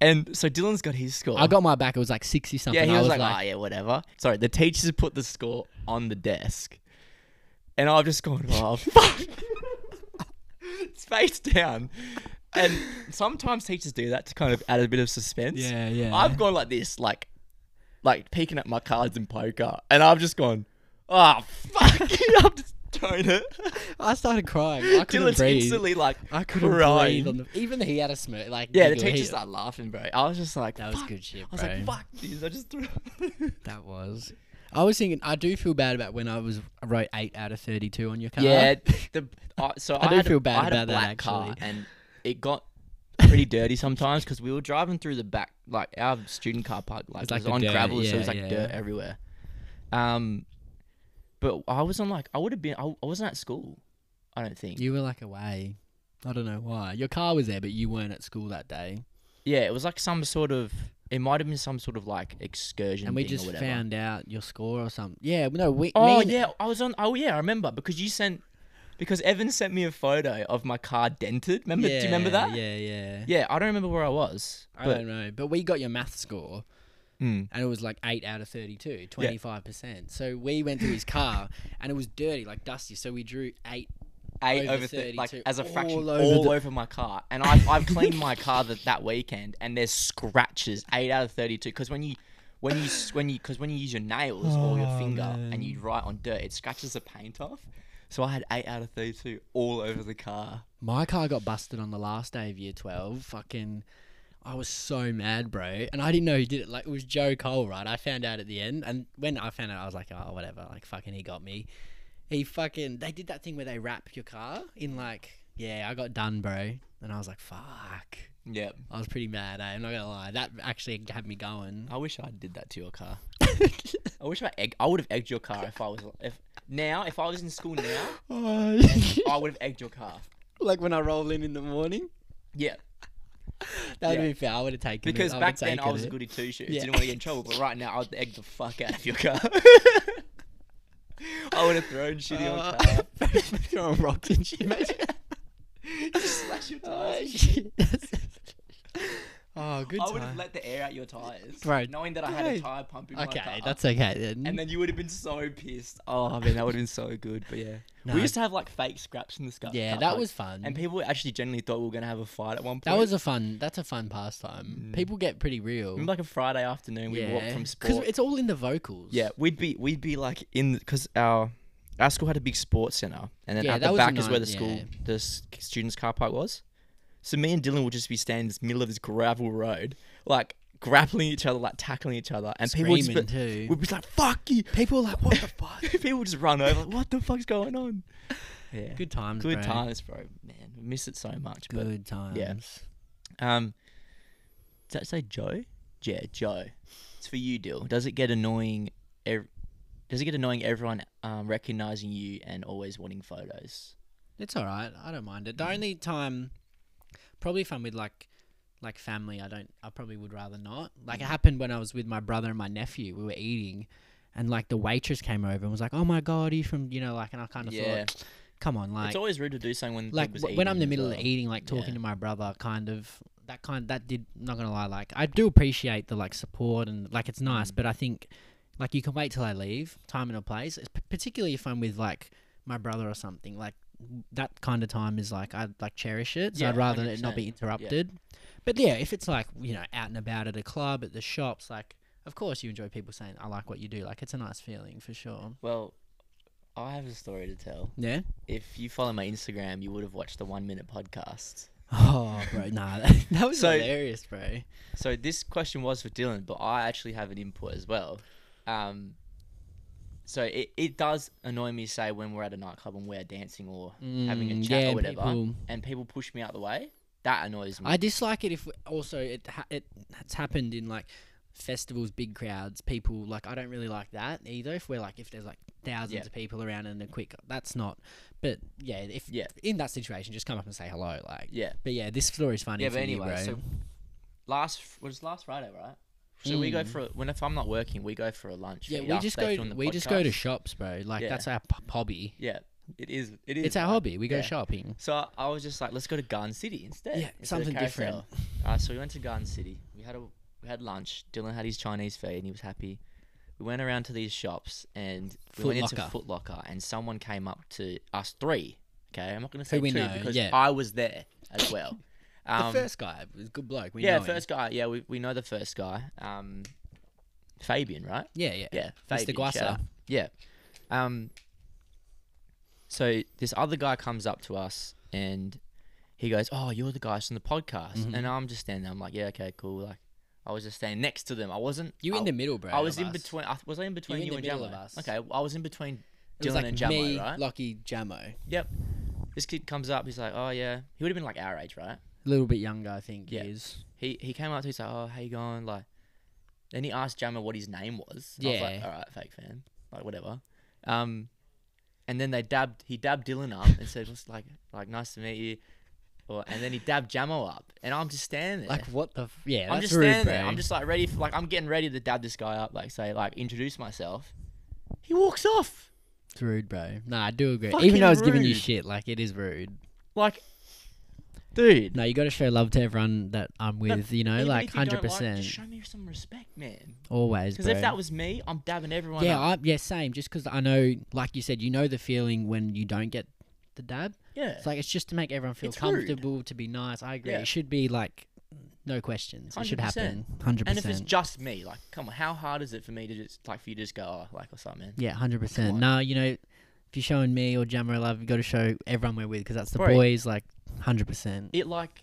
[SPEAKER 2] And so Dylan's got his score.
[SPEAKER 4] I got my back. It was like sixty something.
[SPEAKER 2] Yeah, he
[SPEAKER 4] I
[SPEAKER 2] was, like, ah, yeah, whatever. Sorry, the teachers put the score on the desk. And I've just gone,
[SPEAKER 4] <laughs>
[SPEAKER 2] oh, fuck. it's face down. And sometimes teachers do that to kind of add a bit of suspense.
[SPEAKER 4] Yeah, yeah.
[SPEAKER 2] I've gone like this, like,
[SPEAKER 4] <laughs>
[SPEAKER 2] like peeking at my cards in poker. And I've just gone, oh, fuck. <laughs> I'm just donut.
[SPEAKER 4] I
[SPEAKER 2] <laughs>
[SPEAKER 4] started crying. I couldn't
[SPEAKER 2] Dylan's
[SPEAKER 4] breathe.
[SPEAKER 2] instantly like,
[SPEAKER 4] I couldn't
[SPEAKER 2] crying.
[SPEAKER 4] breathe. On the, even he had a smirk. Like
[SPEAKER 2] yeah, the
[SPEAKER 4] giggle. He-
[SPEAKER 2] teacher started laughing, bro. I was just like,
[SPEAKER 4] That was
[SPEAKER 2] "Fuck."
[SPEAKER 4] good shit,
[SPEAKER 2] I was like, fuck these. I just threw. <laughs>
[SPEAKER 4] That was. I was thinking. I do feel bad about when I was I wrote eight out of thirty-two on your card.
[SPEAKER 2] yeah, <laughs> the uh, so I,
[SPEAKER 4] I do
[SPEAKER 2] had a-
[SPEAKER 4] feel bad
[SPEAKER 2] I had a
[SPEAKER 4] about that,
[SPEAKER 2] black car,
[SPEAKER 4] actually.
[SPEAKER 2] and it got pretty dirty sometimes because we were driving through the back, like our student car park, like,
[SPEAKER 4] It's like
[SPEAKER 2] was
[SPEAKER 4] the
[SPEAKER 2] on
[SPEAKER 4] dirt,
[SPEAKER 2] gravel, so it
[SPEAKER 4] yeah,
[SPEAKER 2] was like
[SPEAKER 4] yeah.
[SPEAKER 2] dirt everywhere. Um, but I was on like I would have been. I, I wasn't at school. I don't think.
[SPEAKER 4] You were like away. I don't know why. Your car was there, but you weren't at school that day.
[SPEAKER 2] yeah, it was like some sort of. It might have been some sort of like excursion.
[SPEAKER 4] And we
[SPEAKER 2] thing or
[SPEAKER 4] just
[SPEAKER 2] whatever.
[SPEAKER 4] found out your score or something. Yeah, no, we.
[SPEAKER 2] Oh
[SPEAKER 4] me and-
[SPEAKER 2] yeah, I was on. Oh yeah, I remember because you sent because Evan sent me a photo of my car dented. Remember? do you remember
[SPEAKER 4] Yeah,
[SPEAKER 2] that?
[SPEAKER 4] Yeah, yeah.
[SPEAKER 2] Yeah, I don't remember where I was.
[SPEAKER 4] I
[SPEAKER 2] but
[SPEAKER 4] don't know, but we got your math score,
[SPEAKER 2] Mm.
[SPEAKER 4] and it was like eight out of 32, 25 percent. So we went to his car, and it was dirty, like dusty. So we drew eight.
[SPEAKER 2] eight
[SPEAKER 4] Over
[SPEAKER 2] over, thirty,
[SPEAKER 4] 32,
[SPEAKER 2] like as a fraction, all
[SPEAKER 4] all
[SPEAKER 2] over,
[SPEAKER 4] over the-
[SPEAKER 2] my car. And I've, I've cleaned my car that, that weekend, and there's scratches, eight out of thirty-two. Because when you when you s- when you because when you use your nails or
[SPEAKER 4] Oh,
[SPEAKER 2] your finger and you write on dirt, it scratches the paint off. So I had eight out of thirty-two all over the car.
[SPEAKER 4] My car got busted on the last day of year twelve. Fucking, I was so mad, bro, and I didn't know he did it. Like it was Joe Cole, right? I found out at the end, and when I found out, I was like, oh, whatever. Like fucking, he got me. He fucking. They did that thing where they wrap your car in like. Yeah, I got done, bro, and I was like, fuck.
[SPEAKER 2] Yep.
[SPEAKER 4] I was pretty mad. Eh? I'm not gonna lie. That actually had me
[SPEAKER 2] <laughs>
[SPEAKER 4] going. <laughs>
[SPEAKER 2] I wish I did that to your car. I wish I egg. I would have egged your car if I was if now if I was in school now. I would have egged your car.
[SPEAKER 4] like when I roll in in the morning,
[SPEAKER 2] Yeah,
[SPEAKER 4] that would
[SPEAKER 2] Yeah.
[SPEAKER 4] have been fair. I would have taken it.
[SPEAKER 2] because
[SPEAKER 4] would've
[SPEAKER 2] back then I
[SPEAKER 4] taken
[SPEAKER 2] was a
[SPEAKER 4] it. <laughs>
[SPEAKER 2] goody <laughs> two shoes.
[SPEAKER 4] Yeah.
[SPEAKER 2] Didn't want to get in trouble, but right now I'd egg the fuck out of your
[SPEAKER 4] <laughs>
[SPEAKER 2] car. I would have thrown shit in your
[SPEAKER 4] <laughs> Uh,
[SPEAKER 2] car.
[SPEAKER 4] throwing rocks and shit, mate.
[SPEAKER 2] <laughs> Just slash your
[SPEAKER 4] oh,
[SPEAKER 2] tires.
[SPEAKER 4] shit. <laughs> oh, good
[SPEAKER 2] I would have
[SPEAKER 4] time.
[SPEAKER 2] let the air out your tires,
[SPEAKER 4] Bro,
[SPEAKER 2] knowing that I had a
[SPEAKER 4] dude.
[SPEAKER 2] tire pump in my car.
[SPEAKER 4] okay, that's okay then.
[SPEAKER 2] And then you would have been so pissed. Oh, I mean, that would have been so good. But yeah,
[SPEAKER 4] No.
[SPEAKER 2] we used to have like fake scraps in the scuff.
[SPEAKER 4] yeah,
[SPEAKER 2] car
[SPEAKER 4] that
[SPEAKER 2] park.
[SPEAKER 4] was fun.
[SPEAKER 2] And people actually generally thought we were gonna have a fight at one point.
[SPEAKER 4] that was a fun. That's a fun pastime. People get pretty real.
[SPEAKER 2] Mm. Remember, like a Friday afternoon, we walked
[SPEAKER 4] yeah,
[SPEAKER 2] from
[SPEAKER 4] because
[SPEAKER 2] sport.
[SPEAKER 4] it's all in the vocals.
[SPEAKER 2] Yeah, we'd be we'd be like in because our our school had a big sports center, and then
[SPEAKER 4] Yeah,
[SPEAKER 2] at
[SPEAKER 4] that
[SPEAKER 2] the
[SPEAKER 4] was a
[SPEAKER 2] back is where the
[SPEAKER 4] nice-
[SPEAKER 2] school
[SPEAKER 4] yeah.
[SPEAKER 2] the s- students' car park was. So me and Dylan would just be standing in this middle of this gravel road, like grappling each other, like tackling each other, and people would just
[SPEAKER 4] Screaming
[SPEAKER 2] be,
[SPEAKER 4] too.
[SPEAKER 2] would be like, "Fuck you!" <laughs>
[SPEAKER 4] People are like, what the fuck?
[SPEAKER 2] people would just run over, like, "What the fuck's going
[SPEAKER 4] <laughs>
[SPEAKER 2] on?" Yeah,
[SPEAKER 4] Good times,
[SPEAKER 2] good
[SPEAKER 4] bro.
[SPEAKER 2] times, bro. Man, we miss it so much. But
[SPEAKER 4] Good times.
[SPEAKER 2] um, does that say Joe? Yeah, Joe. It's for you, Dill. Does it get annoying? Ev- does it get annoying everyone um, recognizing you and always wanting photos?
[SPEAKER 4] It's all right. I don't mind it. The only time, probably if I'm with like, like family, I don't. I probably would rather not. Like it happened when I was with my brother and my nephew. We were eating, and like the waitress came over and was like, "Oh my god, are you from you know like?" And I kind of
[SPEAKER 2] Yeah.
[SPEAKER 4] thought, "Come on, like,
[SPEAKER 2] it's always rude to do something when
[SPEAKER 4] like
[SPEAKER 2] like was
[SPEAKER 4] w- when I'm in
[SPEAKER 2] eating
[SPEAKER 4] the
[SPEAKER 2] as
[SPEAKER 4] middle of e-,
[SPEAKER 2] well.
[SPEAKER 4] eating, like talking
[SPEAKER 2] Yeah.
[SPEAKER 4] to my brother, kind of that kind that did not gonna lie, like I do appreciate the like support and like it's nice,
[SPEAKER 2] Mm.
[SPEAKER 4] but I think like you can wait till I leave, time and a place, it's p- particularly if I'm with like my brother or something, like that kind of time is like I'd like cherish it, so
[SPEAKER 2] Yeah,
[SPEAKER 4] I'd rather it not
[SPEAKER 2] 100%,
[SPEAKER 4] be
[SPEAKER 2] yeah.
[SPEAKER 4] interrupted. But yeah, if it's like you know out and about at a club, at the shops, like of course you enjoy people saying I like what you do, like it's a nice feeling for sure.
[SPEAKER 2] Well, I have a story to tell.
[SPEAKER 4] Yeah.
[SPEAKER 2] If you follow my Instagram, you would have watched the one minute podcast.
[SPEAKER 4] Oh, bro, nah, <laughs> that, that was
[SPEAKER 2] So-
[SPEAKER 4] hilarious, bro.
[SPEAKER 2] So this question was for Dylan, but I actually have an input as well. Um, so it, it does annoy me, say, when we're at a nightclub and we're dancing or having a
[SPEAKER 4] Mm,
[SPEAKER 2] chat
[SPEAKER 4] yeah,
[SPEAKER 2] or
[SPEAKER 4] and
[SPEAKER 2] whatever,
[SPEAKER 4] people-
[SPEAKER 2] and people push me out the way. That annoys me.
[SPEAKER 4] I dislike it if also it ha- it it's happened in like festivals, big crowds, people like I don't really like that either. If we're like if there's like thousands
[SPEAKER 2] Yeah.
[SPEAKER 4] of people around and they're quick, that's not. But yeah, if
[SPEAKER 2] Yeah.
[SPEAKER 4] in that situation, just come up and say hello, like.
[SPEAKER 2] yeah.
[SPEAKER 4] But yeah, this story's funny.
[SPEAKER 2] Yeah, but
[SPEAKER 4] for
[SPEAKER 2] anyway,
[SPEAKER 4] you, bro.
[SPEAKER 2] so last was last Friday, right? So we go for a, when if I'm not working, Mm. we go for a lunch.
[SPEAKER 4] yeah,
[SPEAKER 2] right,
[SPEAKER 4] we
[SPEAKER 2] after
[SPEAKER 4] just
[SPEAKER 2] they
[SPEAKER 4] go
[SPEAKER 2] film the
[SPEAKER 4] we just go to
[SPEAKER 2] podcast.
[SPEAKER 4] shops, bro. Like
[SPEAKER 2] Yeah.
[SPEAKER 4] that's our p- hobby.
[SPEAKER 2] Yeah, it is. It is.
[SPEAKER 4] It's our
[SPEAKER 2] right?
[SPEAKER 4] hobby. We go
[SPEAKER 2] Yeah.
[SPEAKER 4] shopping.
[SPEAKER 2] So I- I was just like, let's go to Garden City instead.
[SPEAKER 4] Yeah,
[SPEAKER 2] instead of
[SPEAKER 4] something different.
[SPEAKER 2] Carousel. Uh, so we went to Garden City. We had a we had lunch. Dylan had his Chinese food and he was happy. We went around to these shops and we
[SPEAKER 4] Foot
[SPEAKER 2] went into
[SPEAKER 4] Locker.
[SPEAKER 2] Foot Locker and someone came up to us three. Okay, I'm not gonna say
[SPEAKER 4] we
[SPEAKER 2] two
[SPEAKER 4] know,
[SPEAKER 2] because
[SPEAKER 4] yeah.
[SPEAKER 2] I was there as well. Um,
[SPEAKER 4] the first guy was a good bloke. We
[SPEAKER 2] yeah,
[SPEAKER 4] know him.
[SPEAKER 2] first guy. Yeah, we, we know the first guy. Um, Fabian, right?
[SPEAKER 4] Yeah, yeah,
[SPEAKER 2] Yeah,
[SPEAKER 4] Mr.
[SPEAKER 2] Fabian, shout
[SPEAKER 4] Guasa.
[SPEAKER 2] out. Yeah. Um. So this other guy comes up to us and he goes, "Oh, you're the guys from the podcast,"
[SPEAKER 4] Mm-hmm.
[SPEAKER 2] and I'm just standing there. I'm like, "Yeah, okay, cool." Like, I was just standing next to them. I wasn't.
[SPEAKER 4] You in
[SPEAKER 2] I-
[SPEAKER 4] the middle, bro.
[SPEAKER 2] I was
[SPEAKER 4] of
[SPEAKER 2] in
[SPEAKER 4] us.
[SPEAKER 2] between. I, was I in between
[SPEAKER 4] in
[SPEAKER 2] you,
[SPEAKER 4] the
[SPEAKER 2] and
[SPEAKER 4] middle
[SPEAKER 2] Jamo?
[SPEAKER 4] of us.
[SPEAKER 2] Okay, well, I was in between
[SPEAKER 4] It was
[SPEAKER 2] Dylan
[SPEAKER 4] like
[SPEAKER 2] and Jamo,
[SPEAKER 4] me,
[SPEAKER 2] right?
[SPEAKER 4] Lockie, Jamo.
[SPEAKER 2] Yep. This kid comes up. He's like, "Oh yeah." He would have been like our age, right?
[SPEAKER 4] A little bit younger, I think.
[SPEAKER 2] Yeah.
[SPEAKER 4] He is.
[SPEAKER 2] He he came up to. me, He's like, "Oh, how you going?" Like, then he asked Jamo what his name was. I was like,
[SPEAKER 4] Yeah.
[SPEAKER 2] all right, fake fan. Like whatever. Um, and then they dabbed. He dabbed Dylan up and said, "Just like like nice to meet you." Or, and then he dabbed Jamo up, and I'm just standing there.
[SPEAKER 4] Like what the? F- yeah,
[SPEAKER 2] I'm
[SPEAKER 4] that's
[SPEAKER 2] just
[SPEAKER 4] rude,
[SPEAKER 2] standing there.
[SPEAKER 4] bro.
[SPEAKER 2] I'm just like ready for like I'm getting ready to dab this guy up. Like say like introduce myself. He walks off.
[SPEAKER 4] It's rude, bro. Nah, I do agree.
[SPEAKER 2] Fucking
[SPEAKER 4] Even though I was giving you
[SPEAKER 2] rude.
[SPEAKER 4] shit, like it is rude.
[SPEAKER 2] Like, dude.
[SPEAKER 4] No, you got to show love to everyone that I'm with. you know,
[SPEAKER 2] even
[SPEAKER 4] like
[SPEAKER 2] if you don't
[SPEAKER 4] hundred
[SPEAKER 2] like, just
[SPEAKER 4] percent,
[SPEAKER 2] show me some respect, man.
[SPEAKER 4] always.
[SPEAKER 2] Because
[SPEAKER 4] Bro.
[SPEAKER 2] if that was me, I'm dabbing everyone.
[SPEAKER 4] yeah,
[SPEAKER 2] up.
[SPEAKER 4] I, yeah, same. Just because I know, like you said, you know the feeling when you don't get the dab.
[SPEAKER 2] yeah.
[SPEAKER 4] It's like it's just to make everyone feel
[SPEAKER 2] It's rude.
[SPEAKER 4] comfortable, to be nice. I agree.
[SPEAKER 2] Yeah.
[SPEAKER 4] It should be like no questions. It should
[SPEAKER 2] 100%.
[SPEAKER 4] happen. Hundred
[SPEAKER 2] and if it's
[SPEAKER 4] percent.
[SPEAKER 2] just me, like, come on, how hard is it for me to just like for you to just go, oh, like, what's up, man?
[SPEAKER 4] Yeah, hundred percent.
[SPEAKER 2] on.
[SPEAKER 4] No, you know, if you're showing me or Jammer love, you got to show everyone we're with because that's the
[SPEAKER 2] Bro.
[SPEAKER 4] boys. Like hundred percent.
[SPEAKER 2] It like,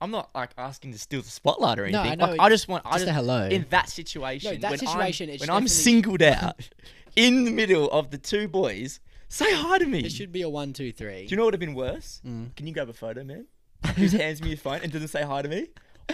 [SPEAKER 2] I'm not like asking to steal the spotlight or
[SPEAKER 4] No, I
[SPEAKER 2] anything. like,
[SPEAKER 4] know,
[SPEAKER 2] I just want, I
[SPEAKER 4] Just
[SPEAKER 2] just
[SPEAKER 4] a hello.
[SPEAKER 2] in that situation,
[SPEAKER 4] No, that
[SPEAKER 2] when
[SPEAKER 4] situation,
[SPEAKER 2] I'm,
[SPEAKER 4] it
[SPEAKER 2] when
[SPEAKER 4] should
[SPEAKER 2] I'm
[SPEAKER 4] definitely- <laughs>
[SPEAKER 2] singled out in the middle of the two boys, say hi to me.
[SPEAKER 4] it should be Mm. a one, two, three.
[SPEAKER 2] Do you know what would have been worse? Can you grab a photo, man? He just hands me your phone and doesn't say hi to me.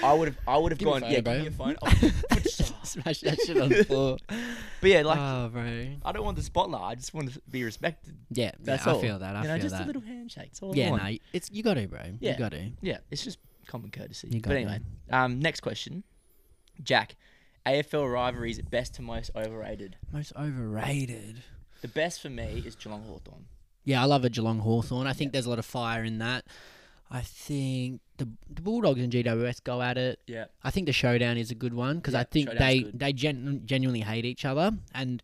[SPEAKER 2] I would have, I would have
[SPEAKER 4] Give me a
[SPEAKER 2] gone, yeah,
[SPEAKER 4] photo,
[SPEAKER 2] give me
[SPEAKER 4] bro."
[SPEAKER 2] your phone. I would've-
[SPEAKER 4] <laughs> Smash that shit on the <laughs> floor.
[SPEAKER 2] but yeah, like,
[SPEAKER 4] oh, bro.
[SPEAKER 2] I don't want the spotlight. I just want to be respected.
[SPEAKER 4] Yeah,
[SPEAKER 2] That's
[SPEAKER 4] yeah,
[SPEAKER 2] all.
[SPEAKER 4] I feel that. I
[SPEAKER 2] you know,
[SPEAKER 4] feel
[SPEAKER 2] just
[SPEAKER 4] that.
[SPEAKER 2] a little handshake. It's all I
[SPEAKER 4] yeah,
[SPEAKER 2] want.
[SPEAKER 4] no, it's you got to, bro.
[SPEAKER 2] Yeah.
[SPEAKER 4] You got to.
[SPEAKER 2] Yeah, it's just common courtesy.
[SPEAKER 4] You
[SPEAKER 2] But
[SPEAKER 4] got
[SPEAKER 2] anyway, um, next question, Jack. AFL rivalries best to most overrated.
[SPEAKER 4] Most overrated.
[SPEAKER 2] The best for me is Geelong Hawthorn.
[SPEAKER 4] Yeah, I love a Geelong Hawthorn. I think there's a lot of fire in that. I think the, the Bulldogs and GWS go at it.
[SPEAKER 2] Yeah,
[SPEAKER 4] I think the showdown is a good one because
[SPEAKER 2] Yeah,
[SPEAKER 4] I think
[SPEAKER 2] showdown's
[SPEAKER 4] they
[SPEAKER 2] good.
[SPEAKER 4] they gen- genuinely hate each other and.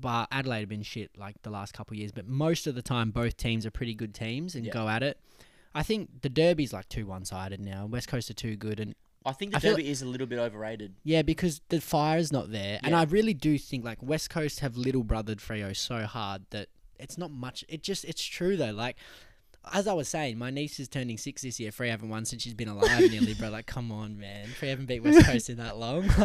[SPEAKER 4] But Adelaide have been shit like the last couple of years, but most of the time both teams are pretty good teams and
[SPEAKER 2] Yeah.
[SPEAKER 4] go at it. I think the Derby's like too one sided now. West Coast are too good, and
[SPEAKER 2] I think the
[SPEAKER 4] I feel
[SPEAKER 2] derby is a little bit overrated.
[SPEAKER 4] Yeah, because the fire is not there, and
[SPEAKER 2] Yeah.
[SPEAKER 4] I really do think like West Coast have little brothered Freo so hard that it's not much. It just it's true though. Like as I was saying, my niece is turning six this year. Freo haven't won since she's been alive nearly, bro. Like come on, man. Freo haven't beat West Coast in that long. <laughs>
[SPEAKER 2] <laughs>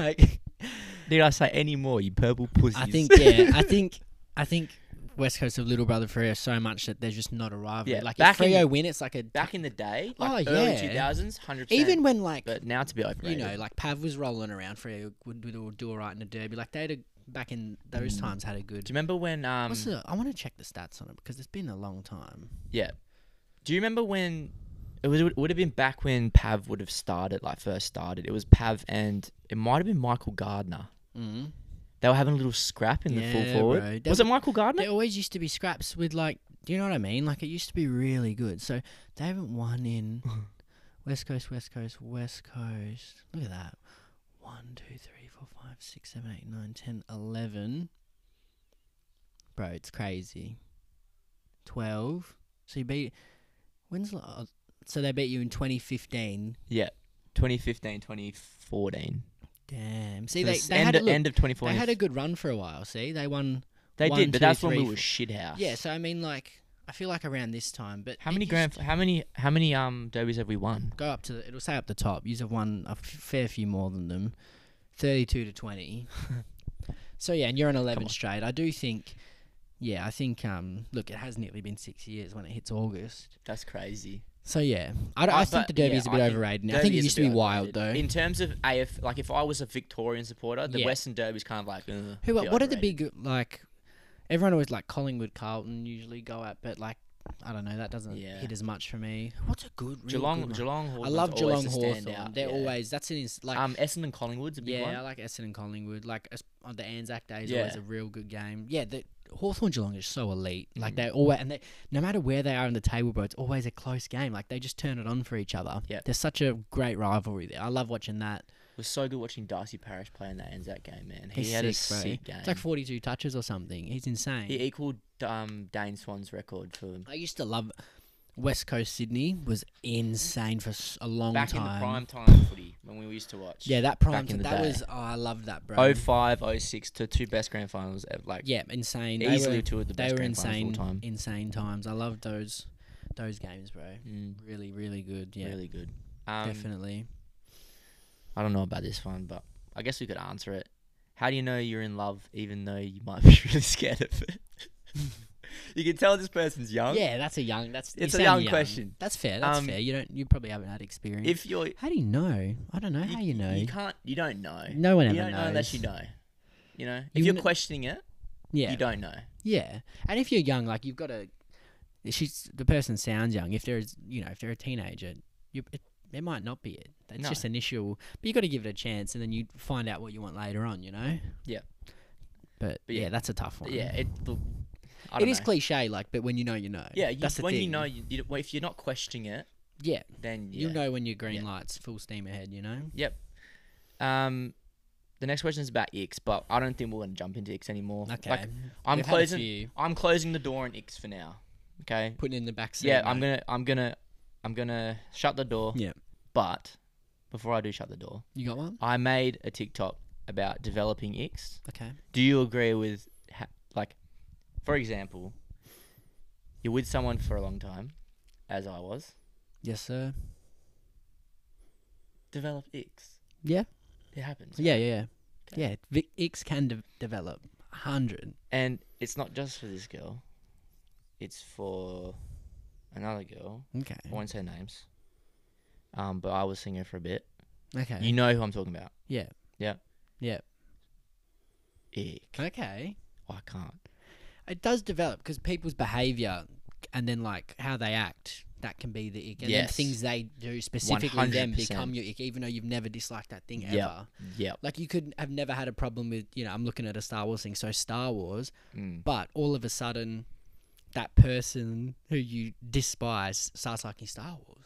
[SPEAKER 4] Like
[SPEAKER 2] Did I say any more? You purple pussies.
[SPEAKER 4] I
[SPEAKER 2] <laughs>
[SPEAKER 4] think yeah, I think I think West Coast have little brother Freo so much that there's just not a rivalry.
[SPEAKER 2] Yeah,
[SPEAKER 4] like
[SPEAKER 2] back
[SPEAKER 4] if
[SPEAKER 2] in-
[SPEAKER 4] Freo win, it's like a
[SPEAKER 2] back in the day,
[SPEAKER 4] Oh,
[SPEAKER 2] like early
[SPEAKER 4] yeah.
[SPEAKER 2] two thousands, hundred percent.
[SPEAKER 4] even when like
[SPEAKER 2] but now to be
[SPEAKER 4] you
[SPEAKER 2] overrated.
[SPEAKER 4] know, like Pav was rolling around Freo would, would all do all right in a derby. Like they'd a, back in
[SPEAKER 2] Mm.
[SPEAKER 4] those times had a good.
[SPEAKER 2] do you remember when? Um,
[SPEAKER 4] What's the, I want to check the stats on it because it's been a long time.
[SPEAKER 2] yeah. Do you remember when? It was it would have been back when Pav would have started, like first started. It was Pav and it might have been Michael Gardner. Mm-hmm.
[SPEAKER 4] Mm.
[SPEAKER 2] They were having a little scrap in the full
[SPEAKER 4] Yeah,
[SPEAKER 2] forward.
[SPEAKER 4] bro. They
[SPEAKER 2] Was it Michael Gardner?
[SPEAKER 4] There always used to be scraps with like, do you know what I mean? Like it used to be really good. So they haven't
[SPEAKER 2] <laughs>
[SPEAKER 4] won in West Coast, West Coast, West Coast. Look at that. One, two, three, four, five, six, seven, eight, nine, ten, eleven. Bro, it's crazy. Twelve. So you beat. When's the la- so they beat you in 2015?
[SPEAKER 2] Yeah. 2015, 2014.
[SPEAKER 4] Damn. See,
[SPEAKER 2] So
[SPEAKER 4] they,
[SPEAKER 2] this
[SPEAKER 4] they
[SPEAKER 2] end,
[SPEAKER 4] had a, look,
[SPEAKER 2] end of 2014.
[SPEAKER 4] they had a good run for a while. See, they won
[SPEAKER 2] They
[SPEAKER 4] one,
[SPEAKER 2] did, but
[SPEAKER 4] two,
[SPEAKER 2] that's when
[SPEAKER 4] three,
[SPEAKER 2] we were
[SPEAKER 4] four.
[SPEAKER 2] shithouse.
[SPEAKER 4] Yeah, so I mean, like, I feel like around this time, but
[SPEAKER 2] How
[SPEAKER 4] it
[SPEAKER 2] many
[SPEAKER 4] used
[SPEAKER 2] grand?
[SPEAKER 4] to
[SPEAKER 2] How many? How many um derbies have we won?
[SPEAKER 4] Go up to the, it'll say up the top. You have won a f- fair few more than them, thirty-two
[SPEAKER 2] <laughs>
[SPEAKER 4] to twenty. so yeah, and you're on eleven
[SPEAKER 2] on.
[SPEAKER 4] straight. I do think, yeah, I think. Um, look, it has nearly been six years when it hits August.
[SPEAKER 2] That's crazy. Uh,
[SPEAKER 4] So yeah, I, d- I think the derby is a bit overrated. now. I think it used to be wild though.
[SPEAKER 2] In terms of AF, like if I was a Victorian supporter, the
[SPEAKER 4] Yeah.
[SPEAKER 2] Western Derby is kind of like. uh, Ugh,
[SPEAKER 4] Who?
[SPEAKER 2] bit
[SPEAKER 4] What are the
[SPEAKER 2] overrated.
[SPEAKER 4] big like? Everyone always like Collingwood, Carlton usually go at, but like I don't know, that doesn't
[SPEAKER 2] Yeah.
[SPEAKER 4] hit as much for me. What's a good really
[SPEAKER 2] Geelong?
[SPEAKER 4] good one?
[SPEAKER 2] Geelong.
[SPEAKER 4] I
[SPEAKER 2] Hawthorn's
[SPEAKER 4] love
[SPEAKER 2] always
[SPEAKER 4] Geelong
[SPEAKER 2] the
[SPEAKER 4] Hawthorn.
[SPEAKER 2] standout,
[SPEAKER 4] They're
[SPEAKER 2] yeah.
[SPEAKER 4] always that's an ins- like
[SPEAKER 2] um Essendon Collingwood's a big
[SPEAKER 4] yeah, I
[SPEAKER 2] one.
[SPEAKER 4] like Essendon Collingwood. Like es- on the Anzac Day is
[SPEAKER 2] Yeah.
[SPEAKER 4] always a real good game. Yeah, the Hawthorn Geelong is so elite.
[SPEAKER 2] Mm.
[SPEAKER 4] Like they always and they no matter where they are in the table, bro, it's always a close game. Like they just turn it on for each other.
[SPEAKER 2] Yeah.
[SPEAKER 4] there's such a great rivalry there. I love watching that.
[SPEAKER 2] It was so good watching Darcy Parish play in that Anzac game, man. He
[SPEAKER 4] He's
[SPEAKER 2] had a
[SPEAKER 4] sick, bro.
[SPEAKER 2] sick game.
[SPEAKER 4] It's like 42 touches or something. He's insane.
[SPEAKER 2] He equaled um, Dane Swan's record for
[SPEAKER 4] I used to love. West Coast Sydney was insane for s- a long
[SPEAKER 2] Back in
[SPEAKER 4] time.
[SPEAKER 2] the prime time footy when we used to watch.
[SPEAKER 4] Yeah, that prime.
[SPEAKER 2] back in
[SPEAKER 4] time-
[SPEAKER 2] the
[SPEAKER 4] that
[SPEAKER 2] day.
[SPEAKER 4] was. Oh, I loved that, bro.
[SPEAKER 2] 05, 06 to two best grand finals ever. Like
[SPEAKER 4] Yeah, insane. They
[SPEAKER 2] easily
[SPEAKER 4] were,
[SPEAKER 2] two of the
[SPEAKER 4] they
[SPEAKER 2] best
[SPEAKER 4] were
[SPEAKER 2] grand
[SPEAKER 4] insane,
[SPEAKER 2] finals of all time.
[SPEAKER 4] insane times. I loved those, those games, bro.
[SPEAKER 2] Mm,
[SPEAKER 4] Really, really good. Yeah,
[SPEAKER 2] Really good. Um,
[SPEAKER 4] definitely.
[SPEAKER 2] I don't know about this one, but I guess we could answer it. How do you know you're in love even though you might <laughs> be really scared of it? <laughs> you can tell this person's young.
[SPEAKER 4] Yeah, that's a young. That's you
[SPEAKER 2] oh. It's a
[SPEAKER 4] sound
[SPEAKER 2] young question.
[SPEAKER 4] That's fair. That's
[SPEAKER 2] Um,
[SPEAKER 4] fair. You don't. You probably haven't had experience.
[SPEAKER 2] If you're
[SPEAKER 4] how do you know? I don't know
[SPEAKER 2] you-
[SPEAKER 4] how you know.
[SPEAKER 2] You can't you don't know.
[SPEAKER 4] no one ever
[SPEAKER 2] you don't
[SPEAKER 4] knows.
[SPEAKER 2] know unless you know. You know?
[SPEAKER 4] You
[SPEAKER 2] if you're
[SPEAKER 4] kn-
[SPEAKER 2] questioning it,
[SPEAKER 4] Yeah,
[SPEAKER 2] you don't know.
[SPEAKER 4] yeah. And if you're young, like you've got to. She's the person sounds young. If there's, you know, if they're a teenager, you it, it might not be it. It's
[SPEAKER 2] No.
[SPEAKER 4] just initial, but you got to give it a chance, and then you find out what you want later on. You know.
[SPEAKER 2] Yeah.
[SPEAKER 4] But,
[SPEAKER 2] But
[SPEAKER 4] yeah,
[SPEAKER 2] yeah.
[SPEAKER 4] that's a tough one.
[SPEAKER 2] Yeah, it look, I
[SPEAKER 4] It
[SPEAKER 2] don't
[SPEAKER 4] is
[SPEAKER 2] know.
[SPEAKER 4] cliche, like, but when you know, you know.
[SPEAKER 2] Yeah, you,
[SPEAKER 4] that's the
[SPEAKER 2] when
[SPEAKER 4] thing.
[SPEAKER 2] you know you, you, don't- well, if you're not questioning it,
[SPEAKER 4] Yeah,
[SPEAKER 2] then yeah.
[SPEAKER 4] you know when your green
[SPEAKER 2] Yeah.
[SPEAKER 4] lights full steam ahead. You know.
[SPEAKER 2] Yep. Um, the next question is about Ix, but I don't think we're going to jump into Ix anymore.
[SPEAKER 4] Okay.
[SPEAKER 2] Like, I'm
[SPEAKER 4] We've had a
[SPEAKER 2] closing.
[SPEAKER 4] few.
[SPEAKER 2] I'm closing the door on Ix for now. Okay.
[SPEAKER 4] Putting in the back seat.
[SPEAKER 2] yeah, I'm
[SPEAKER 4] mate.
[SPEAKER 2] gonna. I'm gonna. I'm gonna shut the door.
[SPEAKER 4] Yeah.
[SPEAKER 2] But before I do shut the door,
[SPEAKER 4] You got one?
[SPEAKER 2] I made a TikTok about developing Ix.
[SPEAKER 4] Okay.
[SPEAKER 2] Do you agree with, ha- like, for example, you're with someone for a long time, as I was.
[SPEAKER 4] Yes, sir.
[SPEAKER 2] Develop Ix.
[SPEAKER 4] Yeah.
[SPEAKER 2] It happens.
[SPEAKER 4] Yeah, yeah, yeah.
[SPEAKER 2] Okay.
[SPEAKER 4] Yeah, Vic X can de- develop. 100.
[SPEAKER 2] And it's not just for this girl. It's for another girl.
[SPEAKER 4] Okay.
[SPEAKER 2] I won't say names. Um, but I was seeing her for a bit.
[SPEAKER 4] Okay.
[SPEAKER 2] You know who I'm talking about.
[SPEAKER 4] yeah.
[SPEAKER 2] Yeah.
[SPEAKER 4] Yeah.
[SPEAKER 2] Ick.
[SPEAKER 4] Okay.
[SPEAKER 2] I can't.
[SPEAKER 4] It does develop because people's behavior and then like how they act, that can be the ick. And then
[SPEAKER 2] Yes.
[SPEAKER 4] things they do specifically them
[SPEAKER 2] 100%.
[SPEAKER 4] become your ick, even though you've never disliked that thing
[SPEAKER 2] Yep.
[SPEAKER 4] ever.
[SPEAKER 2] Yep.
[SPEAKER 4] Like you could have never had a problem with, you know, I'm looking at a Star Wars thing, so Star Wars,
[SPEAKER 2] Mm.
[SPEAKER 4] but all of a sudden that person who you despise starts liking Star Wars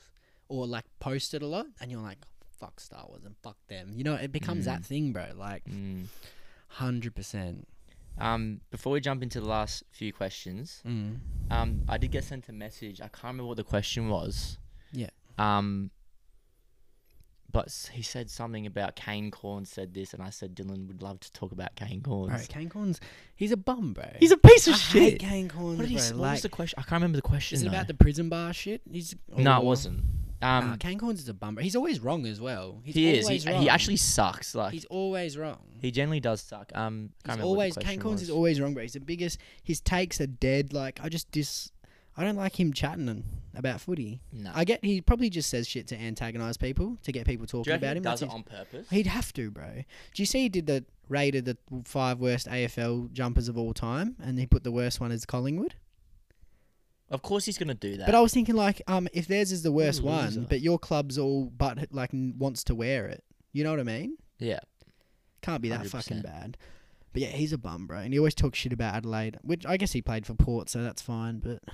[SPEAKER 4] or like post it a lot and you're like fuck Star Wars and fuck them you know it becomes that thing bro like
[SPEAKER 2] Mm.
[SPEAKER 4] 100%
[SPEAKER 2] Um, before we jump into the last few questions,
[SPEAKER 4] mm.
[SPEAKER 2] um, I did get sent a message. I can't remember what the question was.
[SPEAKER 4] Yeah.
[SPEAKER 2] Um, but s- he said something about cane corn. Said this, and I said Dylan would love to talk about cane corns.
[SPEAKER 4] bro Kane Corns he's a bum bro
[SPEAKER 2] He's a piece of
[SPEAKER 4] I
[SPEAKER 2] shit.
[SPEAKER 4] hate Kane Corns
[SPEAKER 2] What, did he,
[SPEAKER 4] bro
[SPEAKER 2] s- what
[SPEAKER 4] like
[SPEAKER 2] was the question? I can't remember the question.
[SPEAKER 4] is it
[SPEAKER 2] though.
[SPEAKER 4] about the prison bar shit he's
[SPEAKER 2] No,
[SPEAKER 4] or-
[SPEAKER 2] it wasn't. Um,
[SPEAKER 4] nah, Kane Corns is a bum bro he's always wrong as well he's
[SPEAKER 2] he is. He,
[SPEAKER 4] always
[SPEAKER 2] he
[SPEAKER 4] wrong.
[SPEAKER 2] actually sucks. Like
[SPEAKER 4] he's always wrong
[SPEAKER 2] he generally does suck. Um, I
[SPEAKER 4] He's
[SPEAKER 2] can't remember what the
[SPEAKER 4] always
[SPEAKER 2] question
[SPEAKER 4] Kane Corns
[SPEAKER 2] was.
[SPEAKER 4] is always wrong, bro. He's the biggest. His takes are dead. Like I just dis. I don't like him chatting and- about footy.
[SPEAKER 2] Nah.
[SPEAKER 4] I get he probably just says shit to antagonise people to get people
[SPEAKER 2] Do you
[SPEAKER 4] talking
[SPEAKER 2] reckon
[SPEAKER 4] about
[SPEAKER 2] he
[SPEAKER 4] him.
[SPEAKER 2] does
[SPEAKER 4] That's
[SPEAKER 2] it
[SPEAKER 4] his-
[SPEAKER 2] on purpose?
[SPEAKER 4] <laughs> He'd have to, bro. Do you see he did the rated the five worst AFL jumpers of all time, and he put the worst one as Collingwood.
[SPEAKER 2] Of course he's gonna do that.
[SPEAKER 4] But I was thinking like, um, if theirs is the worst
[SPEAKER 2] loser.
[SPEAKER 4] one, but your club's all but like n- wants to wear it. You know what I mean?
[SPEAKER 2] yeah.
[SPEAKER 4] Can't be that
[SPEAKER 2] 100%.
[SPEAKER 4] fucking bad. But yeah, he's a bum, bro. And he always talks shit about Adelaide, which I guess he played for Port, so that's fine. But <laughs>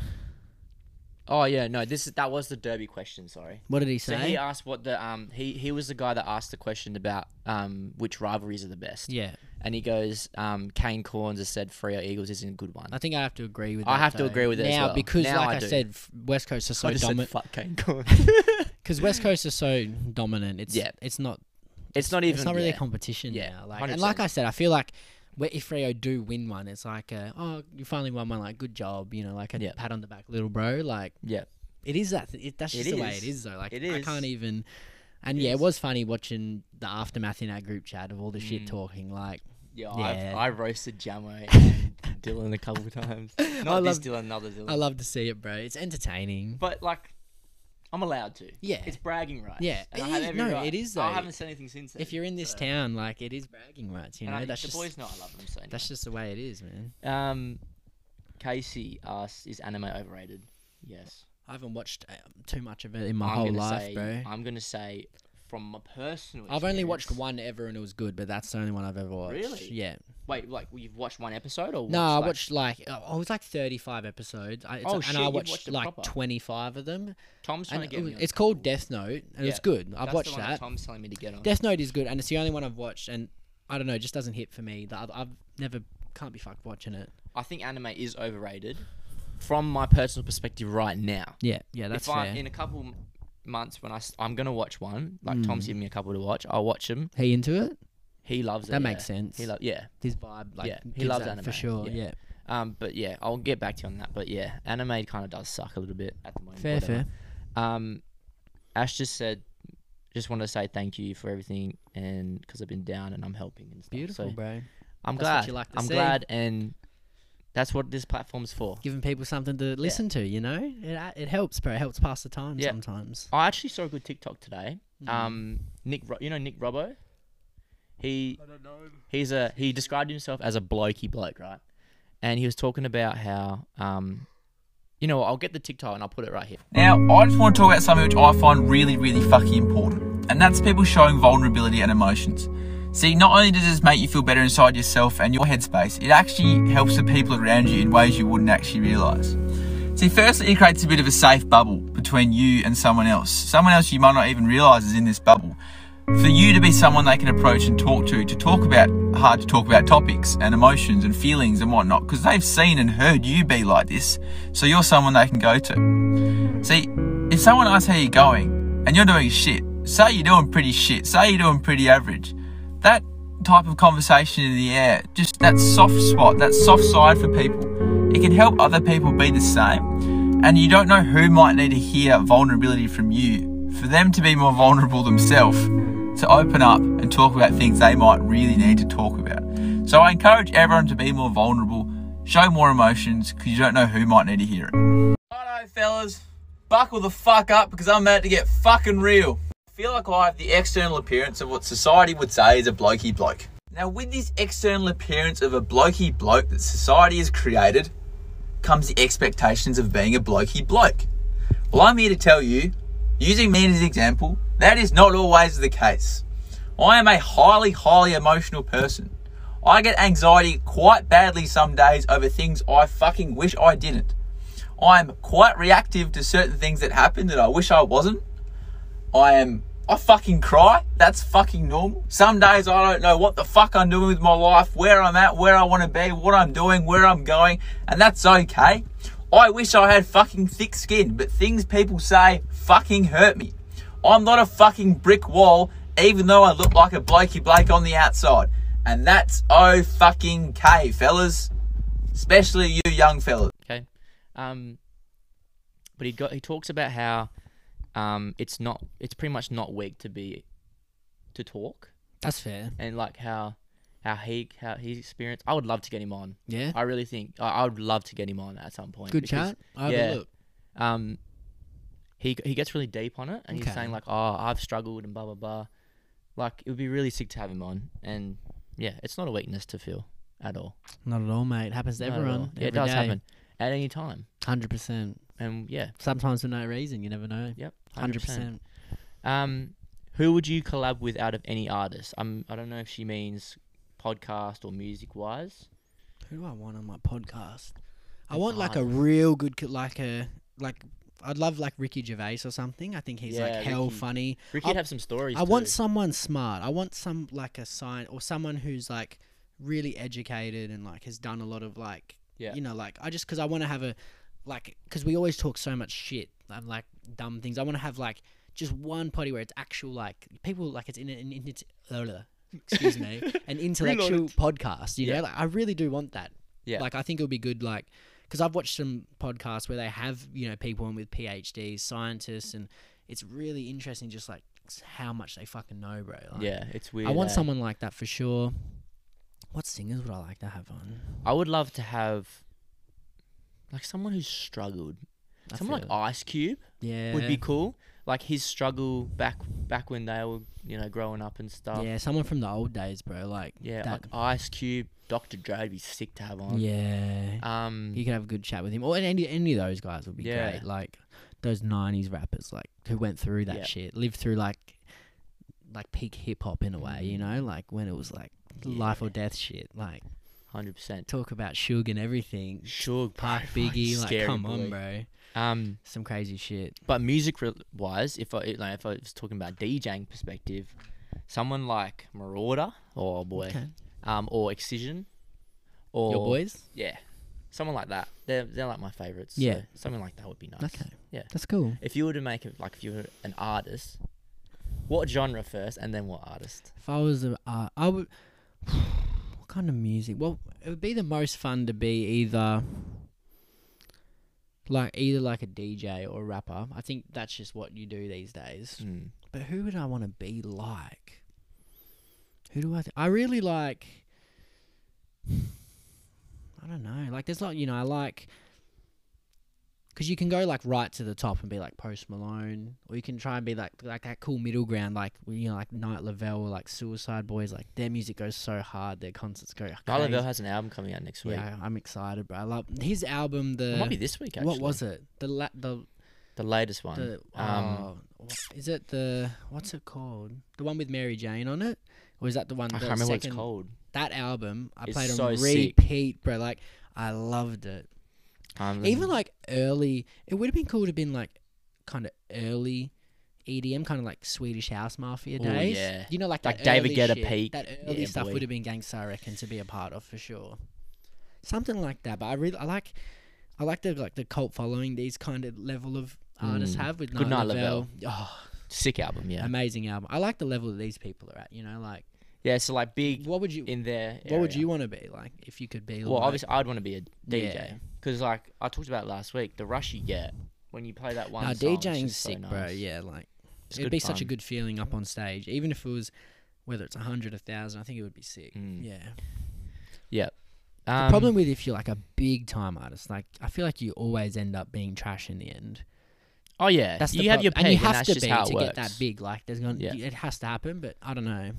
[SPEAKER 2] Oh yeah. No, this is that was the derby question. Sorry.
[SPEAKER 4] what did he
[SPEAKER 2] So
[SPEAKER 4] say?
[SPEAKER 2] he asked what the um he he was the guy that asked the question about um which rivalries are the best.
[SPEAKER 4] yeah,
[SPEAKER 2] And he goes um Kane Corns has said Freo Eagles isn't a good one.
[SPEAKER 4] I think I have to agree with.
[SPEAKER 2] I
[SPEAKER 4] that,
[SPEAKER 2] have to
[SPEAKER 4] though.
[SPEAKER 2] agree with it as
[SPEAKER 4] now
[SPEAKER 2] well.
[SPEAKER 4] because,
[SPEAKER 2] Now
[SPEAKER 4] like
[SPEAKER 2] I
[SPEAKER 4] I,
[SPEAKER 2] do.
[SPEAKER 4] said, f- West Coast are so
[SPEAKER 2] I just said
[SPEAKER 4] dominant.
[SPEAKER 2] fuck Kane
[SPEAKER 4] <laughs>
[SPEAKER 2] Corns.
[SPEAKER 4] Because West Coast are so dominant, it's
[SPEAKER 2] Yeah.
[SPEAKER 4] it's not
[SPEAKER 2] it's not even.
[SPEAKER 4] it's not really
[SPEAKER 2] yeah.
[SPEAKER 4] a competition
[SPEAKER 2] Yeah,
[SPEAKER 4] now. Like and like
[SPEAKER 2] 100%.
[SPEAKER 4] I said, I feel like where if Rio do win one, it's like a, oh you finally won one, like good job, you know, like a
[SPEAKER 2] Yeah.
[SPEAKER 4] pat on the back, little bro. Like
[SPEAKER 2] yeah.
[SPEAKER 4] It is that. Th- it, that's
[SPEAKER 2] It
[SPEAKER 4] just the way
[SPEAKER 2] is.
[SPEAKER 4] it is, though. Like
[SPEAKER 2] It
[SPEAKER 4] I
[SPEAKER 2] is.
[SPEAKER 4] can't even. And
[SPEAKER 2] It
[SPEAKER 4] yeah,
[SPEAKER 2] is.
[SPEAKER 4] it was funny watching the aftermath in our group chat of all the
[SPEAKER 2] Mm.
[SPEAKER 4] shit talking. Like
[SPEAKER 2] Yeah,
[SPEAKER 4] Yeah.
[SPEAKER 2] I've, I roasted Jamo
[SPEAKER 4] <laughs>
[SPEAKER 2] and Dylan a couple of times. Not this
[SPEAKER 4] love-
[SPEAKER 2] Dylan, another Dylan.
[SPEAKER 4] I love to see it, bro. It's entertaining.
[SPEAKER 2] but like, I'm allowed to.
[SPEAKER 4] Yeah.
[SPEAKER 2] it's bragging rights.
[SPEAKER 4] Yeah,
[SPEAKER 2] and
[SPEAKER 4] it
[SPEAKER 2] I have
[SPEAKER 4] is-
[SPEAKER 2] every
[SPEAKER 4] no,
[SPEAKER 2] right.
[SPEAKER 4] it is,
[SPEAKER 2] I
[SPEAKER 4] though.
[SPEAKER 2] haven't said anything since. Then,
[SPEAKER 4] If you're in this
[SPEAKER 2] so-
[SPEAKER 4] town, like it is bragging rights. You
[SPEAKER 2] Uh, and
[SPEAKER 4] know,
[SPEAKER 2] I think
[SPEAKER 4] that's
[SPEAKER 2] the
[SPEAKER 4] just
[SPEAKER 2] boys know I love them so. Anyway.
[SPEAKER 4] that's just the way it is, man.
[SPEAKER 2] Um, Casey asks, "Is anime overrated?" Yes.
[SPEAKER 4] I haven't watched um, too much of it in my
[SPEAKER 2] I'm
[SPEAKER 4] whole
[SPEAKER 2] gonna
[SPEAKER 4] life,
[SPEAKER 2] say,
[SPEAKER 4] bro.
[SPEAKER 2] I'm gonna say, from my personal.
[SPEAKER 4] I've only watched
[SPEAKER 2] experience-
[SPEAKER 4] one ever, and it was good, but that's the only one I've ever watched.
[SPEAKER 2] Really?
[SPEAKER 4] Yeah.
[SPEAKER 2] Wait, like well, you've watched one episode or?
[SPEAKER 4] No, I
[SPEAKER 2] watched, like-
[SPEAKER 4] watched like oh, it was like thirty-five episodes. I, it's,
[SPEAKER 2] Oh,
[SPEAKER 4] and
[SPEAKER 2] shit,
[SPEAKER 4] I
[SPEAKER 2] you've
[SPEAKER 4] watched,
[SPEAKER 2] watched it
[SPEAKER 4] like
[SPEAKER 2] proper.
[SPEAKER 4] twenty-five of them.
[SPEAKER 2] Tom's trying
[SPEAKER 4] And
[SPEAKER 2] to
[SPEAKER 4] it
[SPEAKER 2] get
[SPEAKER 4] was-
[SPEAKER 2] me. on
[SPEAKER 4] it's
[SPEAKER 2] that.
[SPEAKER 4] called Death Note, and
[SPEAKER 2] Yeah,
[SPEAKER 4] it's good. I've
[SPEAKER 2] That's the
[SPEAKER 4] watched
[SPEAKER 2] one
[SPEAKER 4] that.
[SPEAKER 2] Tom's telling me to get on.
[SPEAKER 4] Death Note is good, and it's the only one I've watched, and I don't know, it just doesn't hit for me. The other, I've never can't be fucked watching it.
[SPEAKER 2] I think anime is overrated from my personal perspective right now.
[SPEAKER 4] Yeah, yeah, that's
[SPEAKER 2] if I'm
[SPEAKER 4] fair.
[SPEAKER 2] in a couple m- months when I s- I'm gonna watch one, like
[SPEAKER 4] Hmm.
[SPEAKER 2] Tom's giving me a couple to watch, I'll watch him.
[SPEAKER 4] he into it?
[SPEAKER 2] He loves it.
[SPEAKER 4] That makes
[SPEAKER 2] yeah.
[SPEAKER 4] sense.
[SPEAKER 2] He lo- yeah.
[SPEAKER 4] His vibe, like,
[SPEAKER 2] Yeah, he
[SPEAKER 4] gives
[SPEAKER 2] loves
[SPEAKER 4] that
[SPEAKER 2] anime,
[SPEAKER 4] for sure.
[SPEAKER 2] yeah.
[SPEAKER 4] Yeah,
[SPEAKER 2] Um, but yeah, I'll get back to you on that. But yeah, anime kind of does suck a little bit at the moment.
[SPEAKER 4] fair,
[SPEAKER 2] whatever.
[SPEAKER 4] fair.
[SPEAKER 2] Um, Ash just said, just wanted to say thank you for everything, and because I've been down and I'm helping and stuff.
[SPEAKER 4] Beautiful,
[SPEAKER 2] so
[SPEAKER 4] bro.
[SPEAKER 2] I'm
[SPEAKER 3] That's
[SPEAKER 2] glad.
[SPEAKER 3] what you like to
[SPEAKER 2] I'm
[SPEAKER 3] see.
[SPEAKER 2] glad, and that's what this platform's for.
[SPEAKER 4] Giving people something to listen to, you know, it
[SPEAKER 2] uh,
[SPEAKER 4] a- it helps, bro. It helps pass the time
[SPEAKER 2] Yeah.
[SPEAKER 4] sometimes.
[SPEAKER 2] I actually saw a good TikTok today.
[SPEAKER 3] Mm-hmm.
[SPEAKER 2] Um, Nick, Ro- you know Nick Robbo. He, he's a he described himself as a blokey bloke, right? And he was talking about how, um, you know, what, I'll get the TikTok and I'll put it right here.
[SPEAKER 5] Now, I just want to talk about something which I find really, really fucking important, and that's people showing vulnerability and emotions. See, not only does this make you feel better inside yourself and your headspace, it actually helps the people around you in ways you wouldn't actually realise. See, firstly, it creates a bit of a safe bubble between you and someone else. Someone else you might not even realise is in this bubble. For you to be someone they can approach and talk to, to talk about hard to talk about topics and emotions and feelings and whatnot, because they've seen and heard you be like this, so you're someone they can go to. See, if someone asks how you're going and you're doing shit, say you're doing pretty shit, say you're doing pretty average, that type of conversation in the air, just that soft spot, that soft side for people, it can help other people be the same. And you don't know who might need to hear vulnerability from you for them to be more vulnerable themselves, to open up and talk about things they might really need to talk about. So I encourage everyone to be more vulnerable, show more emotions, because you don't know who might need to hear it. Righto, fellas. Buckle the fuck up because I'm about to get fucking real. I feel like I have the external appearance of what society would say is a blokey bloke. Now, with this external appearance of a blokey bloke that society has created, comes the expectations of being a blokey bloke. Well, I'm here to tell you, using me as an example, that is not always the case. I am a highly, highly emotional person. I get anxiety quite badly some days over things I fucking wish I didn't. I'm quite reactive to certain things that happen that I wish I wasn't. I am. I fucking cry. That's fucking normal. Some days I don't know what the fuck I'm doing with my life, where I'm at, where I want to be, what I'm doing, where I'm going, and that's okay. I wish I had fucking thick skin, but things people say fucking hurt me. I'm not a fucking brick wall, even though I look like a blokey Blake on the outside. And that's oh fucking K, fellas. Especially you young fellas.
[SPEAKER 2] Okay. Um, but he got he talks about how um, it's not it's pretty much not weak to be to talk
[SPEAKER 4] That's fair.
[SPEAKER 2] and like how how he how his experience. I would love to get him on.
[SPEAKER 4] Yeah.
[SPEAKER 2] I really think I, I would love to get him on at some point.
[SPEAKER 4] Good
[SPEAKER 2] because,
[SPEAKER 4] chat. I have
[SPEAKER 2] yeah.
[SPEAKER 4] a look.
[SPEAKER 2] Um, he he gets really deep on it and he's
[SPEAKER 4] Okay.
[SPEAKER 2] saying like, oh, I've struggled and blah blah blah. Like it would be really sick to have him on, and yeah, it's not a weakness to feel at all.
[SPEAKER 4] Not at all, mate. It happens to
[SPEAKER 2] Not at all.
[SPEAKER 4] everyone.
[SPEAKER 2] Yeah, it does happen at any time,
[SPEAKER 4] Hundred percent.
[SPEAKER 2] and yeah,
[SPEAKER 4] Sometimes for no reason. You never know.
[SPEAKER 2] yep,
[SPEAKER 4] Hundred percent.
[SPEAKER 2] Um, who would you collab with out of any artist? Um, I don't know if she means podcast or music wise.
[SPEAKER 4] Who do I want on my podcast? I want
[SPEAKER 2] a
[SPEAKER 4] like a
[SPEAKER 2] hard
[SPEAKER 4] real good, co- like a like. I'd love like Ricky Gervais or something. I think he's
[SPEAKER 2] Yeah,
[SPEAKER 4] like hell
[SPEAKER 2] Ricky.
[SPEAKER 4] funny.
[SPEAKER 2] Ricky
[SPEAKER 4] I'll-
[SPEAKER 2] would have some stories.
[SPEAKER 4] I want
[SPEAKER 2] too.
[SPEAKER 4] someone smart. I want some like a sign or someone who's like really educated and like has done a lot of like
[SPEAKER 2] Yeah.
[SPEAKER 4] you know like I just because I want to have a like because we always talk so much shit and like dumb things. I want to have like just one potty where it's actual like people like it's in an in, it's uh,
[SPEAKER 2] <laughs>
[SPEAKER 4] excuse me an intellectual podcast. You
[SPEAKER 2] Yeah.
[SPEAKER 4] know, like I really do want that.
[SPEAKER 2] Yeah.
[SPEAKER 4] like I think it would be good like. Because I've watched some podcasts where they have, you know, people on with PhDs, scientists, and it's really interesting just like s- how much they fucking know, bro. Like,
[SPEAKER 2] Yeah, it's weird.
[SPEAKER 4] I want
[SPEAKER 2] eh?
[SPEAKER 4] someone like that for sure. What singers would I like to have on?
[SPEAKER 2] I would love to have like someone who's struggled.
[SPEAKER 4] I
[SPEAKER 2] someone like
[SPEAKER 4] feel
[SPEAKER 2] Ice Cube
[SPEAKER 4] Yeah.
[SPEAKER 2] would be cool. Like his struggle back back when they were you know growing up and stuff.
[SPEAKER 4] yeah, someone from the old days, bro. Like,
[SPEAKER 2] Yeah,
[SPEAKER 4] that-
[SPEAKER 2] like Ice Cube, Dr. Dre would be sick to have on.
[SPEAKER 4] yeah.
[SPEAKER 2] Um,
[SPEAKER 4] You could have a good chat with him, or any any of those guys would be
[SPEAKER 2] Yeah.
[SPEAKER 4] great. Like those '90s rappers, like who went through that
[SPEAKER 2] Yeah.
[SPEAKER 4] shit, lived through like like peak hip hop in a way,
[SPEAKER 2] Mm.
[SPEAKER 4] you know, like when it was like life or death shit. Like
[SPEAKER 2] hundred percent.
[SPEAKER 4] talk about Suge and everything,
[SPEAKER 2] Sure, <laughs>
[SPEAKER 4] Park Biggie, like come on, bro,
[SPEAKER 2] Um,
[SPEAKER 4] some crazy shit.
[SPEAKER 2] but music re- wise, if I it- like, if I was talking about DJing perspective, someone like Marauder, oh boy,
[SPEAKER 4] Okay.
[SPEAKER 2] um, or Excision, or
[SPEAKER 4] Your boys.
[SPEAKER 2] yeah, someone like that. They're they're like my favorites.
[SPEAKER 4] Yeah.
[SPEAKER 2] so something like that would be nice.
[SPEAKER 4] Okay.
[SPEAKER 2] Yeah.
[SPEAKER 4] That's cool.
[SPEAKER 2] If you were to make it, like if you were an artist, what genre first, and then what artist?
[SPEAKER 4] If I was a, uh, I would. <sighs> what kind of music? Well, it would be the most fun to be either. Like either like a DJ or a rapper. I think that's just what you do these days.
[SPEAKER 2] Mm.
[SPEAKER 4] But who would I want to be like? Who do I? Th- I really like. I don't know. Like, there's like you know, I like. Because you can go like right to the top and be like Post Malone, or you can try and be like like that cool middle ground, like you know, like Night Lavelle, like Suicide Boys. Like their music goes so hard, their concerts go.
[SPEAKER 2] Nyla
[SPEAKER 4] crazy.
[SPEAKER 2] Bell has an album coming out next week.
[SPEAKER 4] Yeah, I'm excited, bro. I love his album. The
[SPEAKER 2] it might be this week. Actually.
[SPEAKER 4] what was it? The la- the
[SPEAKER 2] the latest one?
[SPEAKER 4] the
[SPEAKER 2] um,
[SPEAKER 4] oh, wha- is it the what's it called? The one with Mary Jane on it, or is that the one?
[SPEAKER 2] I
[SPEAKER 4] the
[SPEAKER 2] can't remember what it's
[SPEAKER 4] second-
[SPEAKER 2] called.
[SPEAKER 4] That album I
[SPEAKER 2] It's
[SPEAKER 4] played
[SPEAKER 2] so
[SPEAKER 4] on
[SPEAKER 2] sick.
[SPEAKER 4] repeat, bro. Like I loved it.
[SPEAKER 2] Um,
[SPEAKER 4] Even like early, it would have been cool to have been like kind of early E EDM, kind of like Swedish House Mafia
[SPEAKER 2] Ooh,
[SPEAKER 4] days.
[SPEAKER 2] yeah.
[SPEAKER 4] You know, like
[SPEAKER 2] Like
[SPEAKER 4] that
[SPEAKER 2] David
[SPEAKER 4] early
[SPEAKER 2] Guetta
[SPEAKER 4] shit,
[SPEAKER 2] peak.
[SPEAKER 4] That early
[SPEAKER 2] Yeah,
[SPEAKER 4] stuff
[SPEAKER 2] boy.
[SPEAKER 4] would have been gangsta, I reckon, to be a part of for sure. Something like that. But I really, I like, I like the like the cult following these kind of level of artists
[SPEAKER 2] Mm.
[SPEAKER 4] have with
[SPEAKER 2] Good
[SPEAKER 4] Night
[SPEAKER 2] Night
[SPEAKER 4] Lavelle. Oh,
[SPEAKER 2] sick album. Yeah,
[SPEAKER 4] amazing album. I like the level that these people are at. You know, like
[SPEAKER 2] yeah. So like big
[SPEAKER 4] what would you,
[SPEAKER 2] in there.
[SPEAKER 4] what would you want to be like if you could be?
[SPEAKER 2] Well,
[SPEAKER 4] like,
[SPEAKER 2] obviously, I'd want to be a
[SPEAKER 4] Yeah.
[SPEAKER 2] DJ because, like, I talked about it last week, the rush you get when you play that one.
[SPEAKER 4] Nah,
[SPEAKER 2] song, it's
[SPEAKER 4] DJing's
[SPEAKER 2] just so
[SPEAKER 4] sick,
[SPEAKER 2] nice.
[SPEAKER 4] bro. Yeah, like
[SPEAKER 2] It's
[SPEAKER 4] it'd
[SPEAKER 2] good
[SPEAKER 4] be such a
[SPEAKER 2] fun.
[SPEAKER 4] good feeling up on stage, even if it was whether it's a hundred, a thousand. I think it would be sick.
[SPEAKER 2] Mm.
[SPEAKER 4] Yeah.
[SPEAKER 2] Um,
[SPEAKER 4] Hmm. the problem with if you're like a big time artist, like I feel like you always end up being trash in the end.
[SPEAKER 2] oh yeah,
[SPEAKER 4] That's the
[SPEAKER 2] you have your
[SPEAKER 4] prob-
[SPEAKER 2] peg,
[SPEAKER 4] and
[SPEAKER 2] and,
[SPEAKER 4] you have
[SPEAKER 2] that's
[SPEAKER 4] to
[SPEAKER 2] just
[SPEAKER 4] be
[SPEAKER 2] how it
[SPEAKER 4] to
[SPEAKER 2] works.
[SPEAKER 4] get that big. Like there's going,
[SPEAKER 2] Yeah.
[SPEAKER 4] to it has to happen, but I don't know.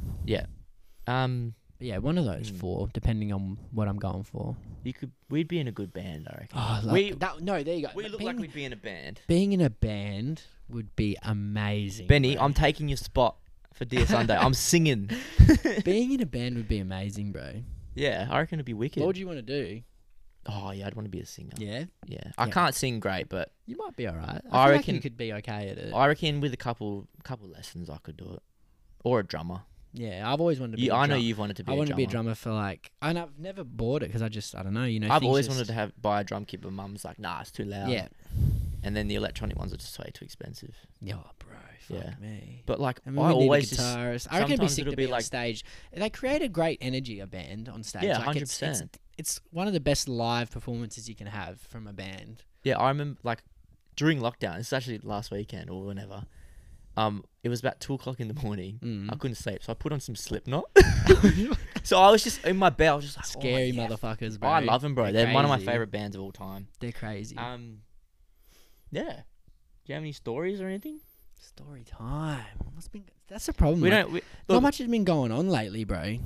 [SPEAKER 2] Um,
[SPEAKER 4] But yeah, one of those
[SPEAKER 2] Mm.
[SPEAKER 4] four, depending on what I'm going for.
[SPEAKER 2] you could, we'd be in a good band, I reckon.
[SPEAKER 4] Oh,
[SPEAKER 2] We-
[SPEAKER 4] like, that, no, there you go.
[SPEAKER 2] we look
[SPEAKER 4] being,
[SPEAKER 2] like we'd be in a band.
[SPEAKER 4] being in a band would be amazing.
[SPEAKER 2] Benny,
[SPEAKER 4] bro.
[SPEAKER 2] I'm taking your spot for
[SPEAKER 4] <laughs>
[SPEAKER 2] Dear Sunday. I'm singing.
[SPEAKER 4] being in a band would be amazing, bro.
[SPEAKER 2] Yeah, I reckon it'd be wicked.
[SPEAKER 4] What would you want to do?
[SPEAKER 2] oh yeah, I'd want to be a singer. Yeah,
[SPEAKER 4] Yeah.
[SPEAKER 2] I
[SPEAKER 4] Yeah.
[SPEAKER 2] can't sing great, but
[SPEAKER 4] You might be all right.
[SPEAKER 2] I
[SPEAKER 4] I, feel like
[SPEAKER 2] reckon-
[SPEAKER 4] you could be okay at it.
[SPEAKER 2] I reckon with a couple, couple lessons, I could do it. Or a drummer.
[SPEAKER 4] yeah, I've always wanted to be.
[SPEAKER 2] You,
[SPEAKER 4] a
[SPEAKER 2] I know
[SPEAKER 4] drum-
[SPEAKER 2] you've wanted to be.
[SPEAKER 4] I
[SPEAKER 2] a
[SPEAKER 4] wanted to
[SPEAKER 2] drummer.
[SPEAKER 4] be a drummer for like, and I've never bought it because I just, I don't know, you know.
[SPEAKER 2] I've
[SPEAKER 4] things
[SPEAKER 2] always
[SPEAKER 4] just-
[SPEAKER 2] wanted to have buy a drum kit, but mum's like, nah, it's too loud.
[SPEAKER 4] Yeah.
[SPEAKER 2] And then the electronic ones are just way too expensive.
[SPEAKER 4] Yeah, oh, bro. Fuck
[SPEAKER 2] Yeah.
[SPEAKER 4] me.
[SPEAKER 2] But like,
[SPEAKER 4] I, mean,
[SPEAKER 2] I
[SPEAKER 4] we need a
[SPEAKER 2] always just
[SPEAKER 4] guitarist. I reckon it'd be
[SPEAKER 2] sometimes
[SPEAKER 4] sick
[SPEAKER 2] it'll
[SPEAKER 4] to
[SPEAKER 2] be
[SPEAKER 4] be on
[SPEAKER 2] like-
[SPEAKER 4] stage. They create a great energy, a band on stage.
[SPEAKER 2] Yeah,
[SPEAKER 4] like, it's- It's,
[SPEAKER 2] 100%.
[SPEAKER 4] it's one of the best live performances you can have from a band.
[SPEAKER 2] yeah. I remember like during lockdown. This is actually last weekend or whenever. Um, it was about two o'clock in the morning.
[SPEAKER 4] Mm.
[SPEAKER 2] I couldn't sleep, so I put on some
[SPEAKER 4] <laughs>
[SPEAKER 2] Slipknot. <laughs> so I was just in my bed. I was just like,
[SPEAKER 4] Scary
[SPEAKER 2] oh, yeah.
[SPEAKER 4] motherfuckers,
[SPEAKER 2] Oh,
[SPEAKER 4] bro.
[SPEAKER 2] I love them, bro. They're,
[SPEAKER 4] They're
[SPEAKER 2] one of my
[SPEAKER 4] crazy.
[SPEAKER 2] favorite bands of all time.
[SPEAKER 4] They're crazy.
[SPEAKER 2] Um, yeah. Do you have any stories or anything?
[SPEAKER 4] Story time. What's been? That's the problem.
[SPEAKER 2] We
[SPEAKER 4] like,
[SPEAKER 2] don't. We,
[SPEAKER 4] Not
[SPEAKER 2] look,
[SPEAKER 4] much has been going on lately, bro.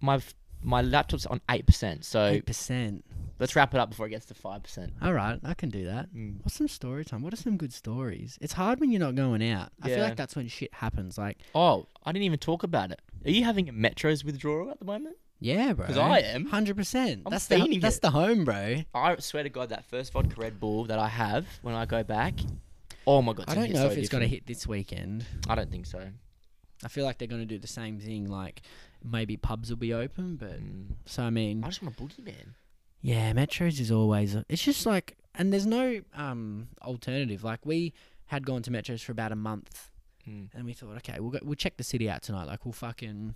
[SPEAKER 2] my f- my laptop's on eight percent. So
[SPEAKER 4] Eight percent.
[SPEAKER 2] let's wrap it up before it gets to five percent.
[SPEAKER 4] All right, I can do that.
[SPEAKER 2] Mm.
[SPEAKER 4] What's some story time? What are some good stories? It's hard when you're not going out. I feel
[SPEAKER 2] Yeah.
[SPEAKER 4] like that's when shit happens. Like,
[SPEAKER 2] Oh, I didn't even talk about it. Are you having a Metro's withdrawal at the moment?
[SPEAKER 4] yeah, bro.
[SPEAKER 2] 'Cause I am.
[SPEAKER 4] Hundred percent.
[SPEAKER 2] I'm
[SPEAKER 4] That's the
[SPEAKER 2] fiending
[SPEAKER 4] that's
[SPEAKER 2] it.
[SPEAKER 4] the home, bro.
[SPEAKER 2] I swear to God, that first vodka Red Bull that I have when I go back. Oh my God!
[SPEAKER 4] I don't know if it's gonna hit this weekend.
[SPEAKER 2] I don't think so.
[SPEAKER 4] I feel like they're gonna do the same thing. Like, maybe pubs will be open, but
[SPEAKER 2] Mm.
[SPEAKER 4] so I mean,
[SPEAKER 2] I just want a boogie man.
[SPEAKER 4] Yeah, metros is always. It's just like, and there's no um alternative. Like we had gone to metros for about a month,
[SPEAKER 2] Mm.
[SPEAKER 4] and we thought, okay, we'll go, we'll check the city out tonight. Like we'll fucking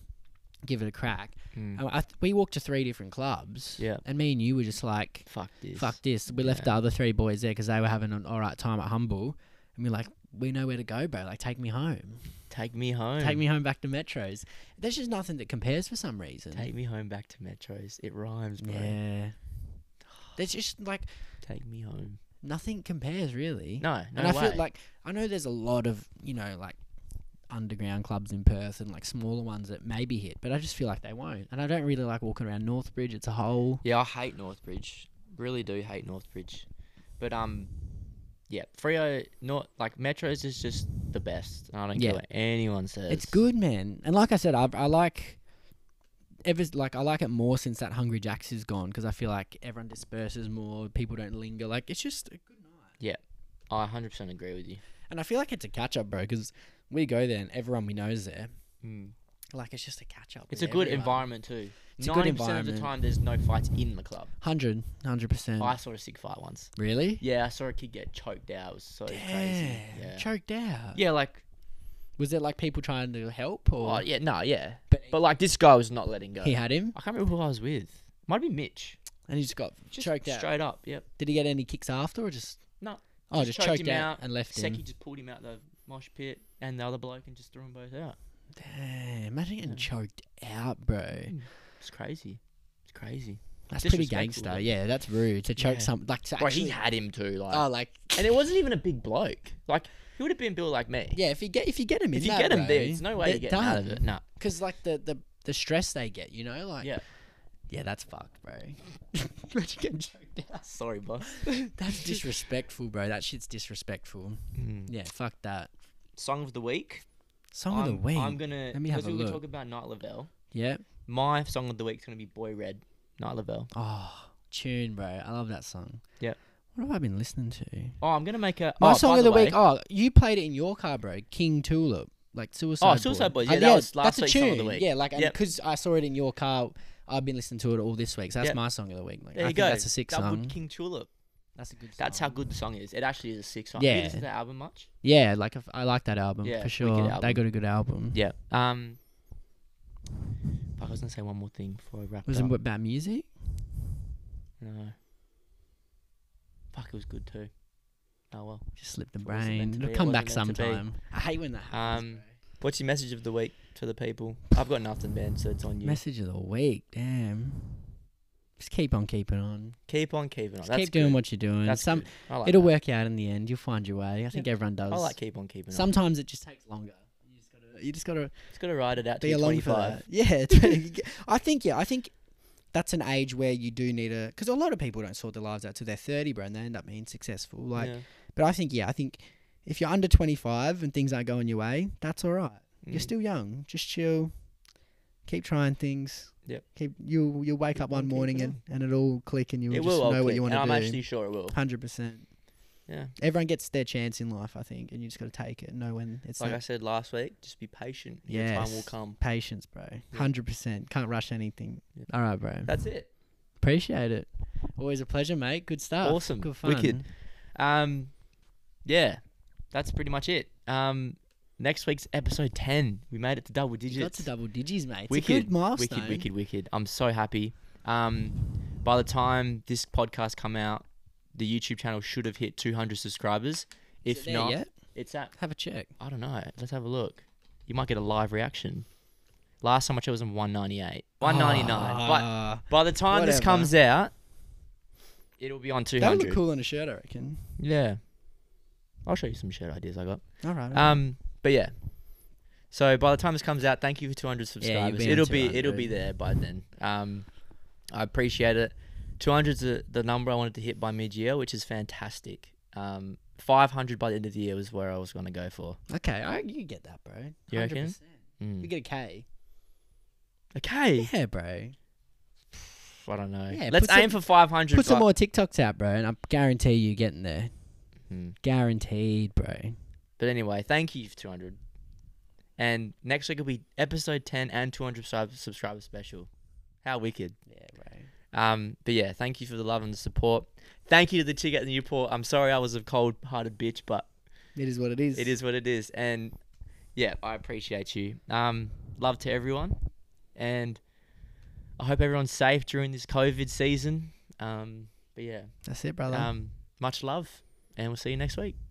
[SPEAKER 4] give it a crack. And I th- we walked to three different clubs.
[SPEAKER 2] Hmm. Yeah.
[SPEAKER 4] and me and you were just like,
[SPEAKER 2] Fuck this.
[SPEAKER 4] fuck this. We left
[SPEAKER 2] Yeah.
[SPEAKER 4] the other three boys there because they were having an all right time at Humble, and we're like. We know where to go, bro. Like, take me home.
[SPEAKER 2] Take me home.
[SPEAKER 4] Take me home back to Metros. There's just nothing that compares for some reason.
[SPEAKER 2] Take me home back to Metro's. It rhymes, bro.
[SPEAKER 4] yeah. There's just like
[SPEAKER 2] Take me home.
[SPEAKER 4] nothing compares, really.
[SPEAKER 2] No, no
[SPEAKER 4] and I
[SPEAKER 2] way.
[SPEAKER 4] feel like I know there's a lot of you know like underground clubs in Perth and like smaller ones that maybe hit, but I just feel like they won't. And I don't really like walking around Northbridge. It's a whole
[SPEAKER 2] yeah, I hate Northbridge. Really do hate Northbridge. But um, yeah, Frio, not like Metro's is just the best. I don't
[SPEAKER 4] Yeah.
[SPEAKER 2] care what anyone says.
[SPEAKER 4] it's good, man. And like I said, I, I like ever like I like it more since that Hungry Jacks is gone because I feel like everyone disperses more, people don't linger. Like it's just a good night.
[SPEAKER 2] I 100% agree with you.
[SPEAKER 4] And I feel like it's a catch up, bro, because we go there and everyone we know is there.
[SPEAKER 3] Like it's just a catch up.
[SPEAKER 2] Hmm. It's a
[SPEAKER 3] with
[SPEAKER 2] good
[SPEAKER 3] everyone.
[SPEAKER 2] environment too.
[SPEAKER 3] It's a good
[SPEAKER 2] 90% of the
[SPEAKER 3] environment.
[SPEAKER 2] time, there's no fights in the club.
[SPEAKER 4] 100, 100%.
[SPEAKER 2] I saw a sick fight once.
[SPEAKER 4] really?
[SPEAKER 2] Yeah, I saw a kid get choked out. It was so crazy.
[SPEAKER 4] Damn,
[SPEAKER 2] Yeah.
[SPEAKER 4] Choked out.
[SPEAKER 2] yeah, like,
[SPEAKER 4] Was it like people trying to help or
[SPEAKER 2] oh, yeah, no, yeah.
[SPEAKER 4] But-
[SPEAKER 2] But, like, this guy was not letting go.
[SPEAKER 4] he had him
[SPEAKER 2] I can't remember who I was with. Might be Mitch.
[SPEAKER 4] and he just got
[SPEAKER 2] Just
[SPEAKER 4] choked out?
[SPEAKER 2] straight up. Yep.
[SPEAKER 4] Did he get any kicks after or just
[SPEAKER 2] No.
[SPEAKER 4] Oh, just choked
[SPEAKER 2] him
[SPEAKER 4] out and left him.
[SPEAKER 2] Seki just pulled him out the mosh pit, and the other bloke, and just threw them both out.
[SPEAKER 4] Damn, imagine getting choked out, bro.
[SPEAKER 2] It's crazy. It's crazy.
[SPEAKER 4] That's pretty
[SPEAKER 2] Disrespectful,
[SPEAKER 4] gangster.
[SPEAKER 2] though.
[SPEAKER 4] Yeah, that's rude to choke
[SPEAKER 2] Yeah.
[SPEAKER 4] some like to
[SPEAKER 2] Bro,
[SPEAKER 4] actually.
[SPEAKER 2] he had him too. Like,
[SPEAKER 4] <laughs> oh, like
[SPEAKER 2] and it wasn't even a big bloke. Like, he would have been built like me.
[SPEAKER 4] yeah. If you get if you get him, in
[SPEAKER 2] If you
[SPEAKER 4] that,
[SPEAKER 2] get him
[SPEAKER 4] bro,
[SPEAKER 2] there, there's no way
[SPEAKER 4] they're
[SPEAKER 2] you get out of
[SPEAKER 4] done.
[SPEAKER 2] it. Nah. <laughs>
[SPEAKER 4] Cause like the the the stress they get, you know, like
[SPEAKER 2] Yeah.
[SPEAKER 4] yeah, that's fucked, bro. <laughs> Imagine getting choked out.
[SPEAKER 2] Sorry, boss.
[SPEAKER 4] That's disrespectful, bro. That shit's disrespectful. Yeah, fuck that.
[SPEAKER 2] Song of the week.
[SPEAKER 4] Mm. Song of the
[SPEAKER 2] I'm-
[SPEAKER 4] week.
[SPEAKER 2] I'm gonna.
[SPEAKER 4] Let me have
[SPEAKER 2] because
[SPEAKER 4] a
[SPEAKER 2] we were
[SPEAKER 4] look.
[SPEAKER 2] talking about Night Lavelle.
[SPEAKER 4] yeah.
[SPEAKER 2] My song of the week's gonna be Boy Red. Night Lavelle.
[SPEAKER 4] Oh, tune, bro. I love that song.
[SPEAKER 2] Yep.
[SPEAKER 4] What have I been listening to?
[SPEAKER 2] Oh, I'm gonna make a.
[SPEAKER 4] My
[SPEAKER 2] oh,
[SPEAKER 4] song
[SPEAKER 2] by
[SPEAKER 4] of the
[SPEAKER 2] way-
[SPEAKER 4] week. Oh, you played it in your car, bro. King Tulip, like Suicide.
[SPEAKER 2] Oh, Suicide
[SPEAKER 4] Boy. Uh,
[SPEAKER 2] Boys, yeah, that was last
[SPEAKER 4] that's a
[SPEAKER 2] week's
[SPEAKER 4] tune.
[SPEAKER 2] song of the week.
[SPEAKER 4] Yeah, like
[SPEAKER 2] Yep.
[SPEAKER 4] because I saw it in your car. I've been listening to it all this week. So that's
[SPEAKER 2] Yep.
[SPEAKER 4] my song of the week. Like,
[SPEAKER 2] There you
[SPEAKER 4] I think
[SPEAKER 2] go.
[SPEAKER 4] That's a sick
[SPEAKER 2] Double
[SPEAKER 4] song.
[SPEAKER 2] King Tulip.
[SPEAKER 4] That's a good. Song.
[SPEAKER 2] That's how good the song is. It actually is a sick song.
[SPEAKER 4] Yeah.
[SPEAKER 2] You listen to that album much?
[SPEAKER 4] Yeah, like if- I like that album
[SPEAKER 2] Yeah,
[SPEAKER 4] for
[SPEAKER 2] wicked
[SPEAKER 4] sure. They
[SPEAKER 2] album.
[SPEAKER 4] got a good album.
[SPEAKER 2] Yeah. Um. Fuck, I was gonna say one more thing before I wrap
[SPEAKER 4] Was
[SPEAKER 2] it
[SPEAKER 4] it
[SPEAKER 2] up.
[SPEAKER 4] about music?
[SPEAKER 2] No. Fuck, it was good too. Oh well.
[SPEAKER 4] Just slipped the
[SPEAKER 2] It wasn't meant
[SPEAKER 4] brain.
[SPEAKER 2] to
[SPEAKER 4] It'll
[SPEAKER 2] be, it
[SPEAKER 4] come back
[SPEAKER 2] wasn't meant to be.
[SPEAKER 4] sometime. I hate when that happens.
[SPEAKER 2] Um, what's your message of the week to the people? I've got nothing, man. So it's on you.
[SPEAKER 4] Message of the week. Damn. Just keep on keeping on.
[SPEAKER 2] keep on keeping on.
[SPEAKER 4] Just
[SPEAKER 2] That's
[SPEAKER 4] keep doing
[SPEAKER 2] good.
[SPEAKER 4] what you're doing.
[SPEAKER 2] That's
[SPEAKER 4] Some
[SPEAKER 2] good. I like
[SPEAKER 4] it'll
[SPEAKER 2] that.
[SPEAKER 4] work out in the end. You'll find your way. I think everyone does.
[SPEAKER 2] I like keep on keeping on.
[SPEAKER 4] Sometimes it just takes longer. You just gotta, you just gotta
[SPEAKER 2] It's gotta ride it out to
[SPEAKER 4] be
[SPEAKER 2] you're
[SPEAKER 4] along for
[SPEAKER 2] 25.
[SPEAKER 4] that.
[SPEAKER 2] <laughs>
[SPEAKER 4] Yeah, it's- I think yeah, I think that's an age where you do need a because a lot of people don't sort their lives out till they're thirty, bro, and they end up being successful. Like,
[SPEAKER 2] Yeah.
[SPEAKER 4] but I think yeah, I think if you're under twenty five and things aren't going your way, that's all right. You're
[SPEAKER 2] Mm.
[SPEAKER 4] still young. Just chill. Keep trying things.
[SPEAKER 2] Yep.
[SPEAKER 4] Keep you you'll wake up
[SPEAKER 2] on
[SPEAKER 4] one morning and,
[SPEAKER 2] keeping
[SPEAKER 4] and it'll click and you'll
[SPEAKER 2] It
[SPEAKER 4] just
[SPEAKER 2] will. all
[SPEAKER 4] know what
[SPEAKER 2] click,
[SPEAKER 4] you want
[SPEAKER 2] and I'm
[SPEAKER 4] to
[SPEAKER 2] actually
[SPEAKER 4] do.
[SPEAKER 2] sure it will.
[SPEAKER 4] Hundred percent.
[SPEAKER 2] Yeah.
[SPEAKER 4] Everyone gets their chance in life, I think, and you just got to take it. and Know when it's
[SPEAKER 2] Like
[SPEAKER 4] not
[SPEAKER 2] I said last week, just be patient. Your time will
[SPEAKER 4] Yes.
[SPEAKER 2] come.
[SPEAKER 4] Patience, bro. Hundred percent. Can't rush anything.
[SPEAKER 2] Yeah.
[SPEAKER 4] All right, bro.
[SPEAKER 2] That's it.
[SPEAKER 4] Appreciate it. Always a pleasure, mate. Good stuff.
[SPEAKER 2] Awesome.
[SPEAKER 4] Good fun.
[SPEAKER 2] Wicked. Um, yeah, that's pretty much it. Um, next week's episode ten, we made it to double digits.
[SPEAKER 4] You got to double digits, mate. It's
[SPEAKER 2] wicked,
[SPEAKER 4] a good milestone.
[SPEAKER 2] wicked, wicked, wicked. I'm so happy. Um, by the time this podcast come out, the YouTube channel should have hit 200 subscribers. If
[SPEAKER 4] Is it there
[SPEAKER 2] not,
[SPEAKER 4] yet?
[SPEAKER 2] it's at
[SPEAKER 4] have a check.
[SPEAKER 2] I don't know. Let's have a look. You might get a live reaction. Last time I checked was on 198, 199.
[SPEAKER 4] Ah,
[SPEAKER 2] but by the time this
[SPEAKER 4] whatever.
[SPEAKER 2] comes out, it'll be on 200.
[SPEAKER 4] that would look cool on a shirt, I reckon.
[SPEAKER 2] Yeah. I'll show you some shirt ideas I got.
[SPEAKER 4] All right. all right.
[SPEAKER 2] Um, but yeah. So by the time this comes out, thank you for 200 subscribers.
[SPEAKER 4] been on
[SPEAKER 2] it'll be it'll
[SPEAKER 4] 200.
[SPEAKER 2] be there by then. Um, I appreciate it. 200's the, the number I wanted to hit by mid year, which is fantastic. Um, 500 by the end of the year was where I was going to go for.
[SPEAKER 4] okay, I, you get that, bro.
[SPEAKER 2] You reckon?
[SPEAKER 4] 100%. You
[SPEAKER 2] Mm.
[SPEAKER 4] get a K.
[SPEAKER 2] Okay.
[SPEAKER 4] Yeah, bro.
[SPEAKER 2] I don't know.
[SPEAKER 4] Yeah,
[SPEAKER 2] Let's
[SPEAKER 4] put
[SPEAKER 2] aim for 500.
[SPEAKER 4] Put some
[SPEAKER 2] by-
[SPEAKER 4] more TikToks out, bro, and I guarantee you getting there.
[SPEAKER 2] Mm.
[SPEAKER 4] Guaranteed, bro.
[SPEAKER 2] But anyway, thank you for 200. And next week will be episode 10 and 200 sub- subscriber special. How wicked.
[SPEAKER 4] Yeah, bro.
[SPEAKER 2] Um, but yeah, thank you for the love and the support. Thank you to the chick at the Newport. I'm sorry I was a cold hearted bitch, but
[SPEAKER 4] It is what it is.
[SPEAKER 2] it is what it is. And yeah, I appreciate you. Um, love to everyone. And I hope everyone's safe during this COVID season. Um, but yeah,
[SPEAKER 4] That's it, brother.
[SPEAKER 2] um, much love. And we'll see you next week.